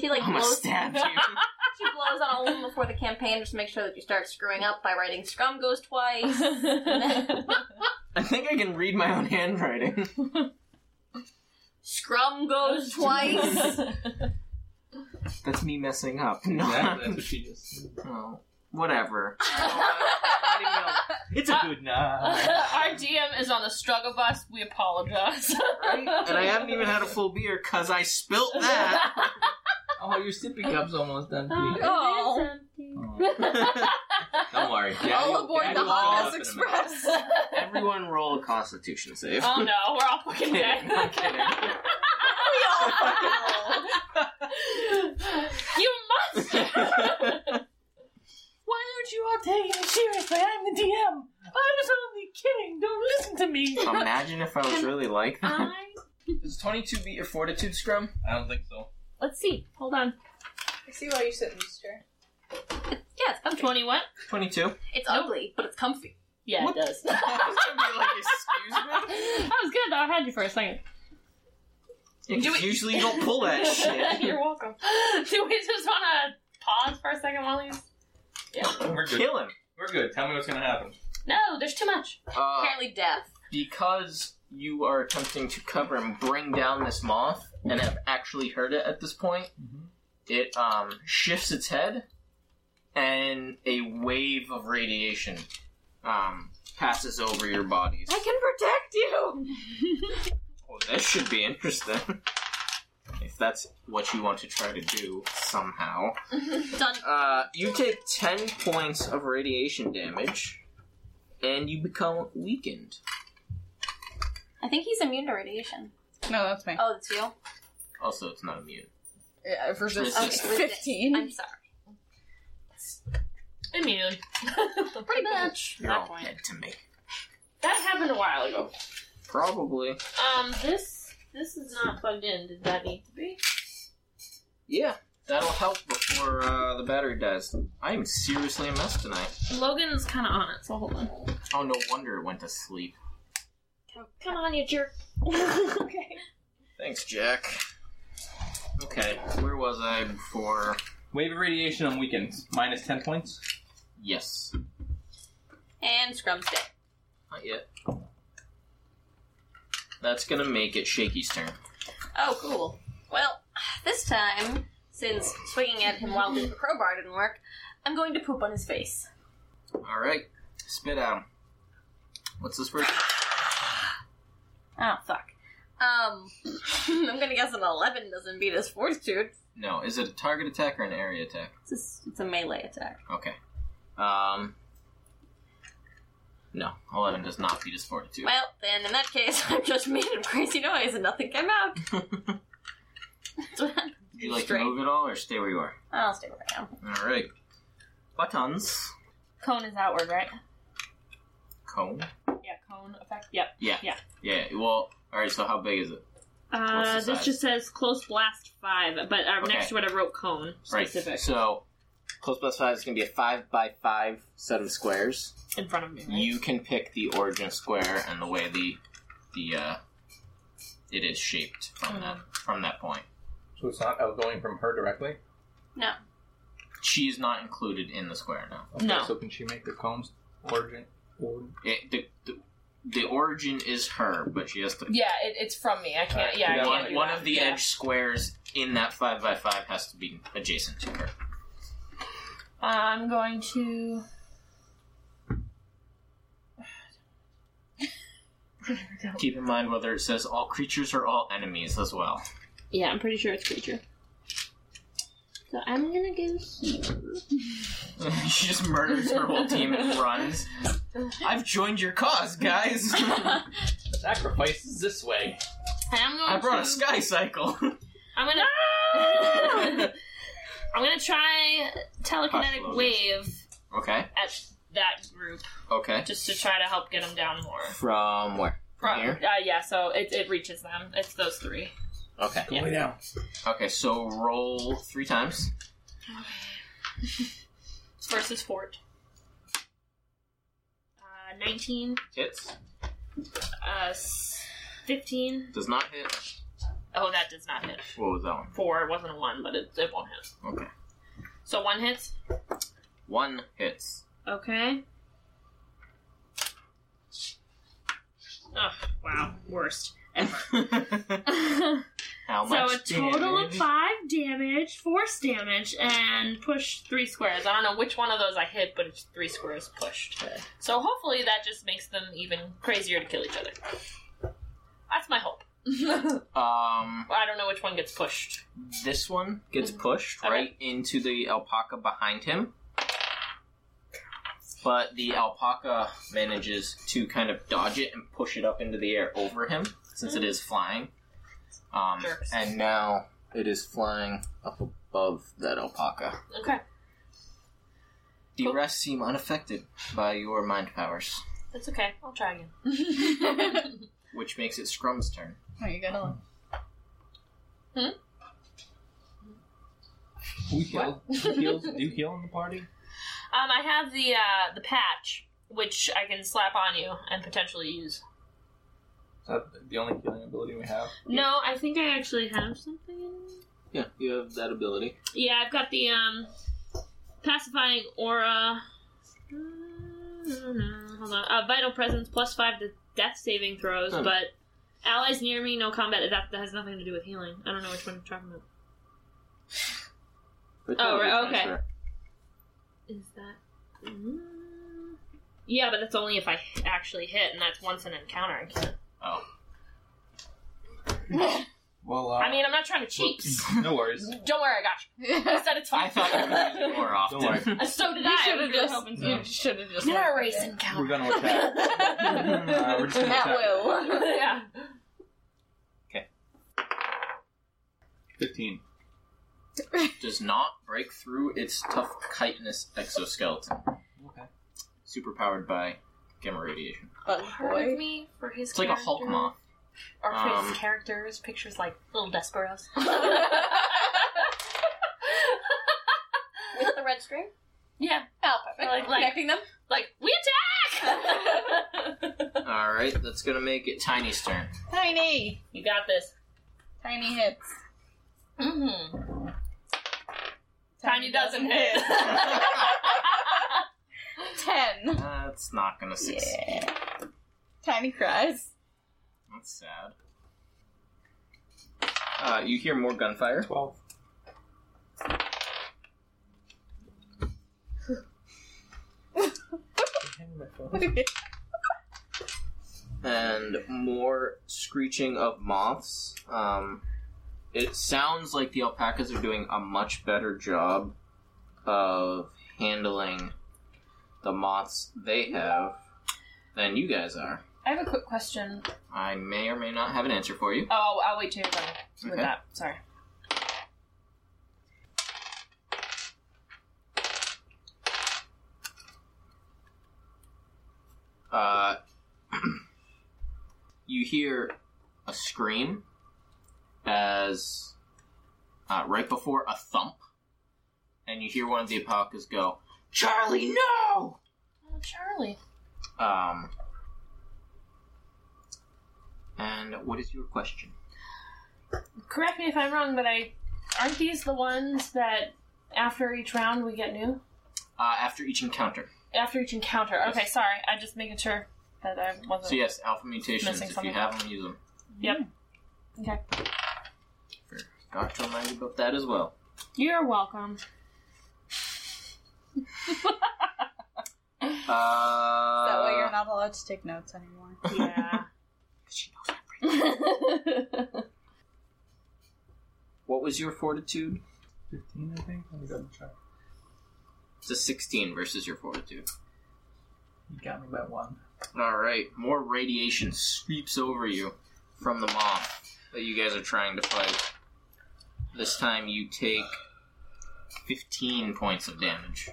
Speaker 3: She like
Speaker 1: I'm gonna
Speaker 3: blows.
Speaker 1: stab you.
Speaker 3: She blows on all of them before the campaign just to make sure that you start screwing up by writing "scrum goes twice."
Speaker 1: I think I can read my own handwriting.
Speaker 3: Scrum goes twice.
Speaker 1: That's me messing up. No.
Speaker 5: Exactly. That's what she just.
Speaker 1: Oh, whatever.
Speaker 5: It's a good
Speaker 1: Uh,
Speaker 5: night.
Speaker 2: Our DM is on the struggle bus. We apologize.
Speaker 1: Right? And I haven't even had a full beer because I spilt that.
Speaker 5: Oh, your sippy cup's almost done.
Speaker 2: Uh.
Speaker 5: too.
Speaker 4: Oh.
Speaker 5: Don't worry.
Speaker 4: All aboard the Hondas Express.
Speaker 1: Everyone roll a constitution save.
Speaker 2: oh no, we're all fucking
Speaker 1: Kidding,
Speaker 2: dead.
Speaker 1: I'm kidding.
Speaker 2: you must. Why aren't you all taking me seriously? I'm the DM. I was only kidding. Don't listen to me.
Speaker 1: Imagine if I was really like that.
Speaker 2: I
Speaker 1: Does 22 beat your fortitude, Scrum?
Speaker 5: I don't think so.
Speaker 2: Let's see. Hold on.
Speaker 4: I see why you sit in this chair.
Speaker 3: Yeah, it's
Speaker 2: I'm
Speaker 3: comfy.
Speaker 2: 20 what?
Speaker 1: 22.
Speaker 3: It's
Speaker 2: Nope.
Speaker 3: ugly, but it's comfy.
Speaker 2: Yeah,
Speaker 1: What?
Speaker 2: it does. that
Speaker 1: I was gonna be like, excuse me?
Speaker 2: was good though. I had you for a second.
Speaker 1: Yeah, 'cause
Speaker 3: Do it.
Speaker 1: Usually you don't pull that shit.
Speaker 2: You're welcome. Do we just want to pause for a second while he's.
Speaker 5: We're good.
Speaker 1: Kill him.
Speaker 5: We're good. Tell me what's gonna happen.
Speaker 2: No, there's too much.
Speaker 1: Uh,
Speaker 3: Apparently, death.
Speaker 1: because you are attempting to cover and bring down this moth and have actually heard it at this point, it um, shifts its head and a wave of radiation um, passes over your bodies.
Speaker 3: can protect you.
Speaker 1: Well, this should be interesting. if that's what you want to try to do somehow.
Speaker 3: Done.
Speaker 1: Uh, you take 10 points of radiation damage and you become weakened.
Speaker 3: I think he's immune to radiation.
Speaker 4: No, that's me.
Speaker 3: Oh, that's you.
Speaker 1: Also, it's not immune.
Speaker 4: Yeah, for sure.
Speaker 1: Resist.
Speaker 3: Okay, resist.
Speaker 4: Fifteen.
Speaker 3: I'm sorry.
Speaker 2: Immune.
Speaker 3: Pretty much.
Speaker 1: You're all
Speaker 3: point.
Speaker 1: dead to me.
Speaker 2: that happened a while ago.
Speaker 1: Probably.
Speaker 2: Um, this this is not plugged in. Did that need to be?
Speaker 1: Yeah. That'll help before uh, the battery dies. I am seriously a mess tonight.
Speaker 2: Logan's kind of on it, so hold on.
Speaker 1: Oh, no wonder it went to sleep.
Speaker 2: Come on, you jerk.
Speaker 3: okay.
Speaker 1: Thanks, Jack. Okay, where was I before?
Speaker 5: Wave of radiation on weekends. Minus ten points.
Speaker 1: Yes.
Speaker 3: And Scrum's dead.
Speaker 1: Not yet. That's gonna make it Shaky's turn.
Speaker 3: Oh, cool. Well, this time, since swinging at him while with the crowbar didn't work, I'm going to poop on his face.
Speaker 1: Alright, spit out. What's this word?
Speaker 3: Oh, fuck. Um, I'm gonna guess an 11 doesn't beat his fortitude.
Speaker 1: No, is it a target attack or an area attack?
Speaker 3: It's a, it's a melee attack.
Speaker 1: Okay. Um. No, 11 does not beat his fortitude.
Speaker 3: Well, then in that case, I just made a crazy noise and nothing came out.
Speaker 1: Would
Speaker 3: That's what happened.
Speaker 1: you like
Speaker 3: Straight.
Speaker 1: to move at all or stay where you are?
Speaker 3: I'll stay where I am.
Speaker 1: Alright. Buttons.
Speaker 2: Cone is outward, right?
Speaker 1: Cone?
Speaker 2: Yeah, cone effect. Yep.
Speaker 1: Yeah, well, alright, so how big is it? What's the
Speaker 2: Uh, this
Speaker 1: size?
Speaker 2: just says close blast five, but uh,
Speaker 1: Okay.
Speaker 2: next to it I wrote cone specific
Speaker 1: Right. So, close plus 5 is going to be a 5 by 5 set of squares.
Speaker 2: in front of me. Right?
Speaker 1: You can pick the origin square and the way the the uh, it is shaped from that from that point.
Speaker 5: So it's not outgoing from her directly.
Speaker 1: She is not included in the square now.
Speaker 2: No.
Speaker 5: So can she make the combs origin? or-
Speaker 1: It, the, the the origin is her, but she has to.
Speaker 4: Yeah, it, it's from me. I can't.
Speaker 5: Alright,
Speaker 4: yeah,
Speaker 5: you
Speaker 4: I
Speaker 5: got
Speaker 4: can't
Speaker 5: it.
Speaker 1: One,
Speaker 4: do
Speaker 1: one
Speaker 4: that.
Speaker 1: of the
Speaker 4: Yeah.
Speaker 1: edge squares in that five by five has to be adjacent to her.
Speaker 2: Uh, I'm going to.
Speaker 1: Keep in mind whether it says all creatures or all enemies as well.
Speaker 2: Yeah, I'm pretty sure it's creature. So I'm gonna go here.
Speaker 1: she just murders her whole team and runs. I've joined your cause, guys.
Speaker 5: Sacrifices this way.
Speaker 2: And I'm going
Speaker 1: I brought a
Speaker 2: to-
Speaker 1: sky cycle.
Speaker 2: I'm gonna. I'm gonna try
Speaker 1: Hush,
Speaker 2: telekinetic
Speaker 1: Logan.
Speaker 2: wave
Speaker 1: okay.
Speaker 2: at that group
Speaker 1: Okay.
Speaker 2: just to try to help get them down more.
Speaker 1: From where? From here?
Speaker 2: Uh, yeah, so it, it reaches them. It's those three.
Speaker 1: Okay.
Speaker 5: Go way down.
Speaker 1: Okay, so roll three times.
Speaker 2: versus Fort. Uh, 19,
Speaker 1: Hits.
Speaker 2: uh, s- 15.
Speaker 1: Does not hit.
Speaker 2: Oh, that does not hit.
Speaker 1: What was that one?
Speaker 2: Four, it wasn't a one, but it, it won't hit.
Speaker 1: Okay.
Speaker 2: So one hits.
Speaker 1: One hits.
Speaker 2: Okay. Oh, wow. Worst. so
Speaker 1: How much?
Speaker 2: a total of
Speaker 1: damage?
Speaker 2: five damage, force damage, and push three squares. I don't know which one of those I hit, but it's three squares pushed. So hopefully that just makes them even crazier to kill each other. That's my hope.
Speaker 1: Um,
Speaker 2: I don't know which one gets pushed.
Speaker 1: this one gets pushed
Speaker 2: Mm-hmm. Okay.
Speaker 1: right into the alpaca behind him. But the alpaca manages to kind of dodge it and push it up into the air over him, since it is flying. Um,
Speaker 2: Mm-hmm. Jerks.
Speaker 1: and now it is flying up above that alpaca.
Speaker 2: Okay.
Speaker 1: The
Speaker 2: Cool.
Speaker 1: rest seem unaffected by your mind powers,
Speaker 2: That's okay. I'll try again.
Speaker 1: which makes it Scrum's turn.
Speaker 4: Oh, you gotta look.
Speaker 5: Who killed? Who killed? Do you kill in the party?
Speaker 2: Um, I have the uh, the patch, which I can slap on you and potentially use.
Speaker 5: Is that the only killing ability we have?
Speaker 2: No, I think I actually have something.
Speaker 1: Yeah, you have that ability.
Speaker 2: Yeah, I've got the um, pacifying aura. Mm, Hold on. Uh, vital presence plus five to death saving throws,
Speaker 1: Hmm.
Speaker 2: but allies near me, no combat. That, that has nothing to do with healing. I don't know which one you're talking about.
Speaker 1: Vitality
Speaker 2: Oh, right, okay.
Speaker 1: transfer.
Speaker 2: Is that? Mm. Yeah, but that's only if I actually hit, and that's once an encounter. I can't.
Speaker 5: Well,
Speaker 1: Oh.
Speaker 5: uh,
Speaker 2: I mean, I'm not trying to cheat.
Speaker 5: no worries.
Speaker 2: Don't worry, I got you. I said it's fine.
Speaker 1: I thought you were using more often.
Speaker 5: Don't worry.
Speaker 2: Uh, so did
Speaker 4: You
Speaker 2: I. I was
Speaker 4: should have
Speaker 2: really
Speaker 4: just.
Speaker 2: hoping to.
Speaker 4: You should have just.
Speaker 2: Never
Speaker 4: looked
Speaker 2: race
Speaker 4: at it.
Speaker 5: We're
Speaker 2: encounter.
Speaker 5: gonna attack. Uh, we're just gonna
Speaker 4: At
Speaker 5: attack.
Speaker 4: will.
Speaker 2: yeah.
Speaker 5: Fifteen.
Speaker 1: Does not break through its tough chitinous exoskeleton.
Speaker 5: Okay.
Speaker 1: Superpowered by gamma radiation.
Speaker 4: Bug
Speaker 2: Part of
Speaker 4: boy.
Speaker 2: me for his
Speaker 1: It's like a Hulk moth.
Speaker 2: Or for
Speaker 1: Um,
Speaker 2: his characters, pictures like little Desperos.
Speaker 3: With the red string?
Speaker 2: yeah,
Speaker 3: Oh, perfect.
Speaker 2: Like- like-
Speaker 3: Connecting them?
Speaker 2: like we attack.
Speaker 1: All right, that's gonna make it Tiny's turn.
Speaker 4: Tiny.
Speaker 2: you got this.
Speaker 4: Tiny hits.
Speaker 2: Mm-hmm. Tiny doesn't hit.
Speaker 4: Ten.
Speaker 1: That's not gonna succeed.
Speaker 4: Yeah. Tiny cries.
Speaker 1: That's sad. Uh, you hear more gunfire.
Speaker 5: Twelve.
Speaker 1: and more screeching of moths. Um, it sounds like the alpacas are doing a much better job of handling the moths they have than you guys are.
Speaker 4: I have a quick question.
Speaker 1: I may or may not have an answer for you.
Speaker 2: oh, I'll, I'll wait to hear about it.
Speaker 1: Okay.
Speaker 2: with that. Sorry.
Speaker 1: Uh, you hear a scream as uh, right before a thump, and you hear one of the alpacas go, "Charlie, no!"
Speaker 2: Oh, Charlie.
Speaker 1: Um, and what is your question?
Speaker 2: Correct me if I'm wrong, but I aren't these the ones that after each round we get new?
Speaker 1: Uh, after each encounter.
Speaker 2: After each encounter.
Speaker 1: Yes.
Speaker 2: Okay, sorry. I just making sure that I wasn't.
Speaker 1: So yes, alpha mutations.
Speaker 2: Missing
Speaker 1: If you
Speaker 2: something.
Speaker 1: have them, use them.
Speaker 2: Yep. Okay.
Speaker 1: Got to remind you about that as well.
Speaker 2: You're welcome.
Speaker 1: Uh,
Speaker 4: that way you're not allowed to take notes anymore.
Speaker 2: Yeah.
Speaker 1: She knows everything. What was your fortitude?
Speaker 5: Fifteen, I think. Let me double check.
Speaker 1: It's a 16 versus your fortitude.
Speaker 5: You got me by one.
Speaker 1: All right. More radiation sweeps over you from the moth that you guys are trying to fight. This time you take 15 points of damage.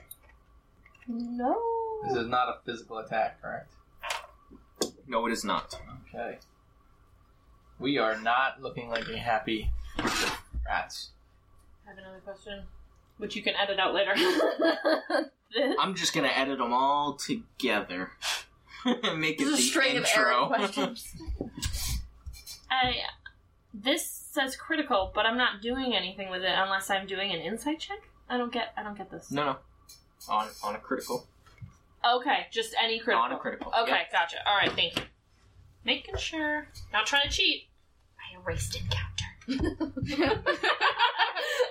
Speaker 2: no.
Speaker 5: This is not a physical attack, correct?
Speaker 1: No, it is not.
Speaker 5: Okay. We are not looking like a happy group of rats.
Speaker 2: I have another question, which you can edit out later.
Speaker 1: I'm just gonna edit them all together. Make
Speaker 3: This
Speaker 1: it
Speaker 3: is
Speaker 1: the
Speaker 3: a string of
Speaker 1: intro.
Speaker 3: error questions.
Speaker 2: I this says critical, but I'm not doing anything with it unless I'm doing an insight check. I don't get. I don't get this.
Speaker 1: no, no. On on a critical.
Speaker 2: Okay, just any critical.
Speaker 1: On a critical.
Speaker 2: Okay,
Speaker 1: Yep.
Speaker 2: gotcha. All right, thank you. Making sure. Not trying to cheat. I erased encounter.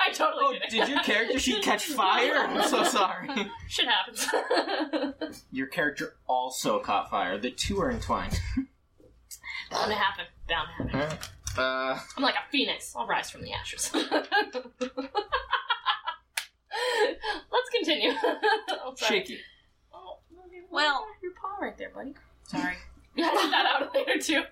Speaker 2: I totally
Speaker 1: Oh,
Speaker 2: did. it.
Speaker 1: did your character sheet catch fire? I'm so sorry.
Speaker 2: Shit happens.
Speaker 1: Your character also caught fire. The two are entwined.
Speaker 2: Bound to happen. Bound to happen.
Speaker 1: Uh,
Speaker 2: I'm like a phoenix. I'll rise from the ashes. Let's continue. Oh, sorry.
Speaker 1: shaky.
Speaker 2: Oh, maybe
Speaker 3: Well-
Speaker 2: you have your paw right there, buddy. Sorry. Yeah, I did that out later too.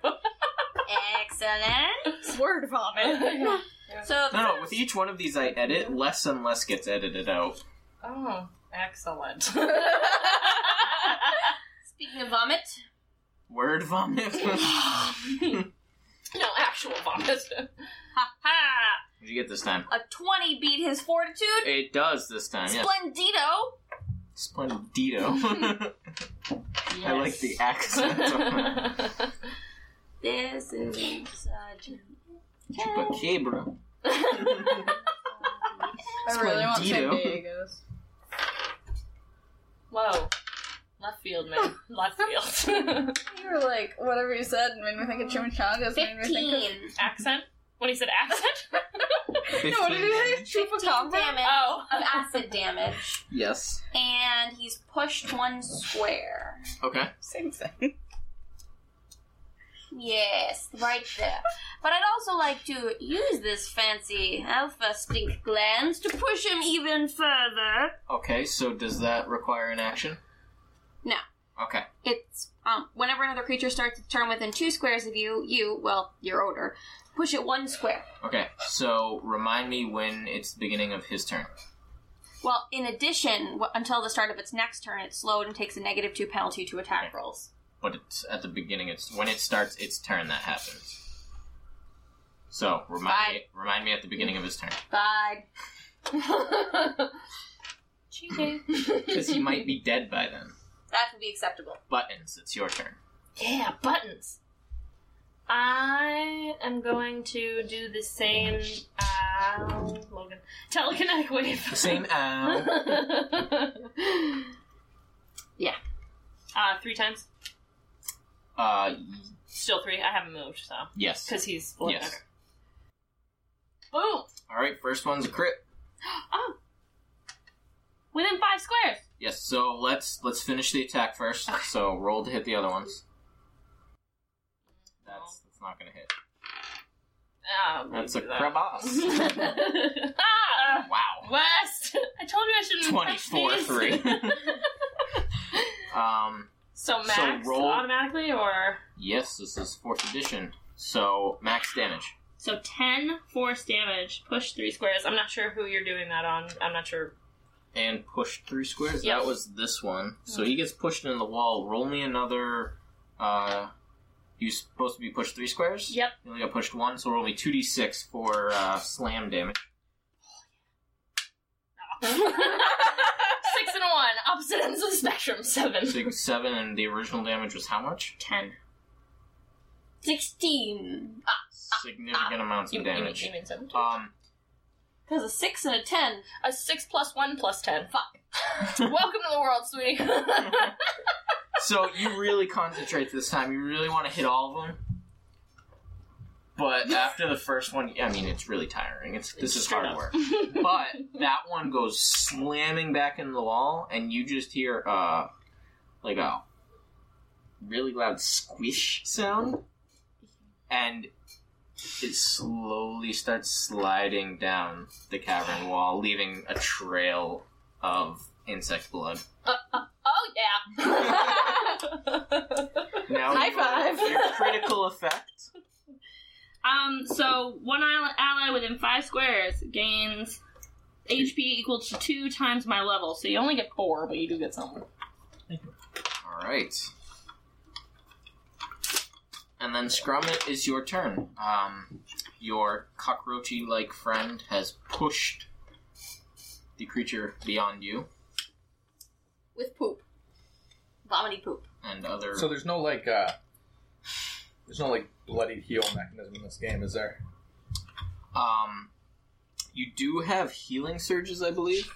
Speaker 3: Excellent.
Speaker 4: Word vomit.
Speaker 2: Oh.
Speaker 3: So,
Speaker 1: No, no. With each one of these, I edit less and less gets edited out.
Speaker 2: oh, excellent.
Speaker 3: speaking of vomit,
Speaker 1: Word vomit.
Speaker 2: no, actual vomit. ha ha!
Speaker 1: What'd you get this time?
Speaker 3: A 20 beat his fortitude.
Speaker 1: It does this time, yes.
Speaker 3: Splendido.
Speaker 1: Splendido. I like the accent.
Speaker 3: This is uh, Sergeant.
Speaker 1: Chupacabra.
Speaker 4: I really want San
Speaker 1: Splendido.
Speaker 4: Diego's.
Speaker 2: Whoa. Left field, man. Left field.
Speaker 4: You were like, whatever you said made me think of chimichangas. Made me think
Speaker 3: 15.
Speaker 2: accent? When he said accent?
Speaker 4: of. No, what did you say?
Speaker 3: 15
Speaker 4: Chupacabra?
Speaker 3: damage
Speaker 2: Oh.
Speaker 3: of acid damage.
Speaker 1: Yes.
Speaker 3: And he's pushed one square.
Speaker 1: Okay.
Speaker 4: Same thing.
Speaker 3: Yes, right there. But I'd also like to use this fancy alpha stink glands to push him even further.
Speaker 1: Okay, so does that require an action?
Speaker 3: No.
Speaker 1: Okay.
Speaker 3: It's um, whenever another creature starts its turn within two squares of you, you, well, your odor, push it one square.
Speaker 1: Okay. So remind me when it's the beginning of his turn.
Speaker 3: Well, in addition, w- until the start of its next turn, it's slowed and takes a negative two penalty to attack rolls.
Speaker 1: But it's at the beginning it's when it starts its turn that happens. So remind me remind me at the beginning of his turn.
Speaker 3: Bye.
Speaker 2: Cheating.
Speaker 1: Because he might be dead by then.
Speaker 3: That would be acceptable.
Speaker 1: Buttons, it's your turn.
Speaker 2: Yeah, buttons. I am going to do the same. Uh, Logan. Telekinetic wave.
Speaker 1: Same owl.
Speaker 2: yeah. Uh, three times.
Speaker 1: Uh
Speaker 2: Still three. I haven't moved, so.
Speaker 1: yes.
Speaker 2: Because he's.
Speaker 1: Yes.
Speaker 2: Boom!
Speaker 1: Alright, first one's a crit.
Speaker 2: Oh! Within five squares!
Speaker 1: Yes, so let's let's finish the attack first. So roll to hit the other ones. That's that's not gonna hit.
Speaker 2: Ah, we
Speaker 1: That's a
Speaker 2: do that.
Speaker 1: crevasse.
Speaker 2: ah,
Speaker 1: wow.
Speaker 2: West! I told you I shouldn't
Speaker 1: Twenty
Speaker 2: touch
Speaker 1: four
Speaker 2: these.
Speaker 1: three. um
Speaker 2: So max
Speaker 1: roll-
Speaker 2: automatically, or
Speaker 1: yes, this is fourth edition. So max damage.
Speaker 2: so ten force damage. Push three squares. I'm not sure who you're doing that on. I'm not sure.
Speaker 1: And push three squares.
Speaker 2: Yep.
Speaker 1: That was this one.
Speaker 2: Mm.
Speaker 1: So he gets pushed in the wall. Roll me another uh you're supposed to be pushed three squares?
Speaker 2: Yep.
Speaker 1: You only got pushed one, so roll me two D six for uh, slam damage.
Speaker 2: Six and a one, opposite ends of the spectrum. Seven. Ah,
Speaker 1: Six seven and the original damage was how much?
Speaker 2: Ten.
Speaker 3: 16.
Speaker 1: significant amounts
Speaker 2: ah. You,
Speaker 1: of
Speaker 2: you, mean,
Speaker 1: damage.
Speaker 2: you mean seven?
Speaker 1: Um,
Speaker 3: Because a 6 and a 10.
Speaker 2: A six plus one plus ten. Fuck. Welcome to the world, sweetie.
Speaker 1: so you really concentrate this time. You really want to hit all of them. But after the first one, I mean, it's really tiring. It's this is
Speaker 2: Straight
Speaker 1: hard work.
Speaker 2: up.
Speaker 1: But that one goes slamming back into the wall, and you just hear uh, like a really loud squish sound, and it slowly starts sliding down the cavern wall, leaving a trail of insect blood.
Speaker 2: oh yeah.
Speaker 1: Now
Speaker 4: High
Speaker 1: you are-
Speaker 4: five.
Speaker 1: Your critical effect.
Speaker 2: Um, so one al- ally within five squares gains HP equal to two times my level. So you only get four, but you do get some.
Speaker 1: All right. And then Scrum, it is your turn. Um, your cockroachy-like friend has pushed the creature beyond you
Speaker 3: With poop. Vomity poop.
Speaker 1: and other.
Speaker 5: So there's no like, uh, there's no like bloody heal mechanism in this game, is there?
Speaker 1: um, you do have healing surges, I believe.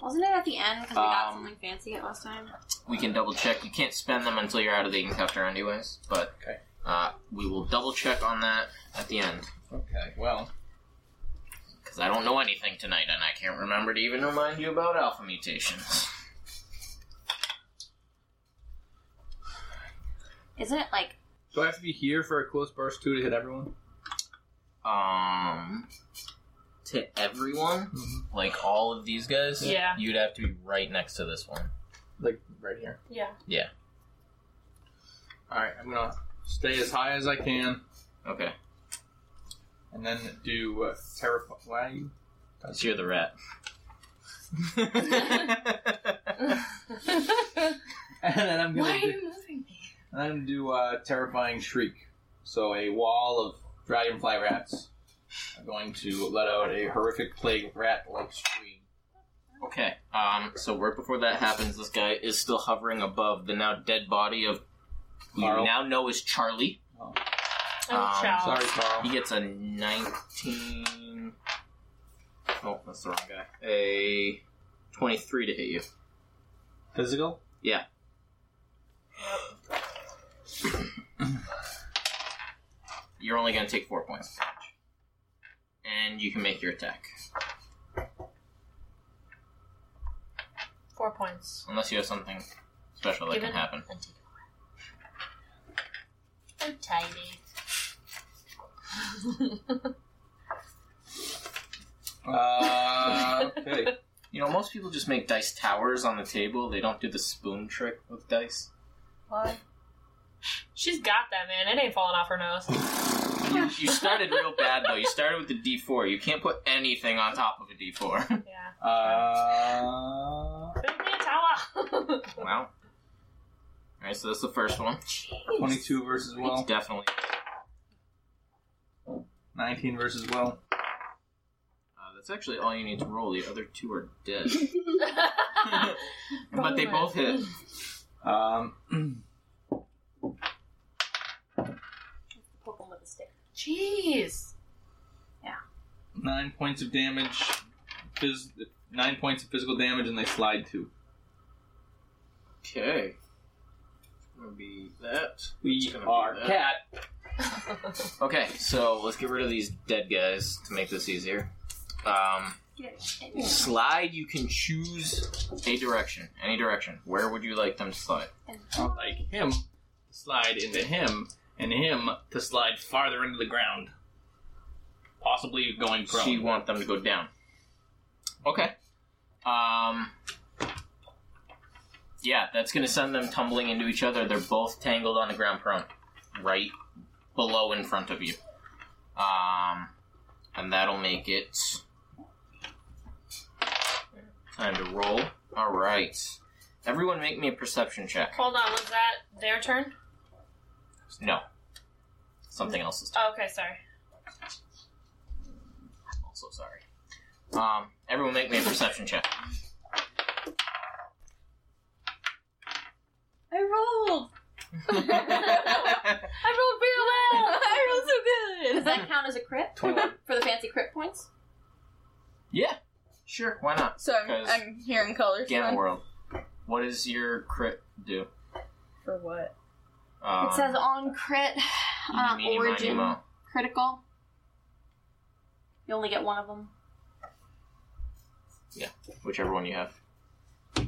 Speaker 3: Wasn't it at the end because we got
Speaker 1: Um,
Speaker 3: something fancy at last time?
Speaker 1: We can double check. You can't spend them until you're out of the encounter, anyways. But
Speaker 5: Okay.
Speaker 1: uh, we will double check on that at the end.
Speaker 5: Okay, well,
Speaker 1: Because I don't know anything tonight, and I can't remember to even remind you about alpha mutations.
Speaker 3: Isn't it like
Speaker 5: do I have to be here for a close burst two to hit everyone?
Speaker 1: Um, to everyone,
Speaker 5: Mm-hmm.
Speaker 1: like all of these guys,
Speaker 2: Yeah.
Speaker 1: you'd have to be right next to this one.
Speaker 5: Like right here.
Speaker 2: Yeah.
Speaker 5: All right, I'm gonna stay as high as I can,
Speaker 1: Okay,
Speaker 5: and then do uh, terrify. Why you?
Speaker 1: let's hear the rat.
Speaker 5: And then I'm
Speaker 2: Why
Speaker 5: gonna
Speaker 2: are
Speaker 5: do,
Speaker 2: you moving me?
Speaker 5: and then do uh, terrifying shriek. So a wall of dragonfly rats are going to let out a horrific plague rat like scream.
Speaker 1: Okay. Um. So right before that happens, this guy is still hovering above the now dead body of who
Speaker 5: Carl.
Speaker 1: you now know is Charlie.
Speaker 2: Oh,
Speaker 1: Um,
Speaker 2: child.
Speaker 5: Sorry,
Speaker 1: He
Speaker 5: Carl.
Speaker 1: gets a nineteen. Oh, that's the wrong guy. A twenty-three to hit you.
Speaker 5: Physical?
Speaker 1: Yeah. You're only going to take four points of damage. And you can make your attack.
Speaker 2: Four points.
Speaker 1: Unless you have something special that
Speaker 2: Give
Speaker 1: can
Speaker 2: it-
Speaker 1: happen.
Speaker 2: I'll take it. I'm tidy.
Speaker 5: Uh, okay.
Speaker 1: You know, most people just make dice towers on the table, they don't do the spoon trick with dice.
Speaker 4: Why?
Speaker 2: She's got that, man. It ain't falling off her nose.
Speaker 1: You, you started real bad, though. You started with the d4. You can't put anything on top of a d4.
Speaker 2: Yeah.
Speaker 5: Uh,
Speaker 2: Build me a tower.
Speaker 1: wow. Alright, so that's the first one.
Speaker 5: 22 versus
Speaker 1: It's
Speaker 5: well.
Speaker 1: definitely.
Speaker 5: 19 versus well.
Speaker 1: Uh, that's actually all you need to roll. The other two are dead. but they both hit.
Speaker 5: Um,
Speaker 3: Poke him with a stick.
Speaker 2: Jeez.
Speaker 5: nine points of damage. Phys- nine points of physical damage, and they slide two.
Speaker 1: Okay. It's gonna be that. It's
Speaker 5: We
Speaker 1: gonna be
Speaker 5: are
Speaker 1: that.
Speaker 5: cat.
Speaker 1: Okay, so let's get rid of these dead guys to make this easier. Um, slide. You can choose a direction, any direction. Where would you like them to slide?
Speaker 5: Like him to slide into him, and him to slide farther into the ground. Possibly going prone.
Speaker 1: So you want them to go down. Okay. Um. Yeah, that's gonna send them tumbling into each other. They're both tangled on the ground prone, right below in front of you. Um, and that'll make it time to roll. All right, everyone, make me a perception check.
Speaker 2: Hold on, was that their turn?
Speaker 1: No, something else is.
Speaker 2: Oh, okay, sorry.
Speaker 1: I'm also sorry. Um, everyone make me a perception check.
Speaker 3: I rolled.
Speaker 2: I rolled real well.
Speaker 3: I rolled so good. Does that count as a crit
Speaker 1: 21.
Speaker 3: for the fancy crit points?
Speaker 1: Yeah, sure. Why not?
Speaker 4: So I'm,
Speaker 1: 'Cause-
Speaker 4: I'm hearing colors.
Speaker 1: Gamma
Speaker 4: then.
Speaker 1: World. What does your crit do?
Speaker 4: For what?
Speaker 1: Um,
Speaker 7: it says on crit, uh,
Speaker 1: eeny, meeny, miny,
Speaker 7: origin,
Speaker 1: moe.
Speaker 7: critical.
Speaker 3: You only get one of them.
Speaker 1: whichever one you have.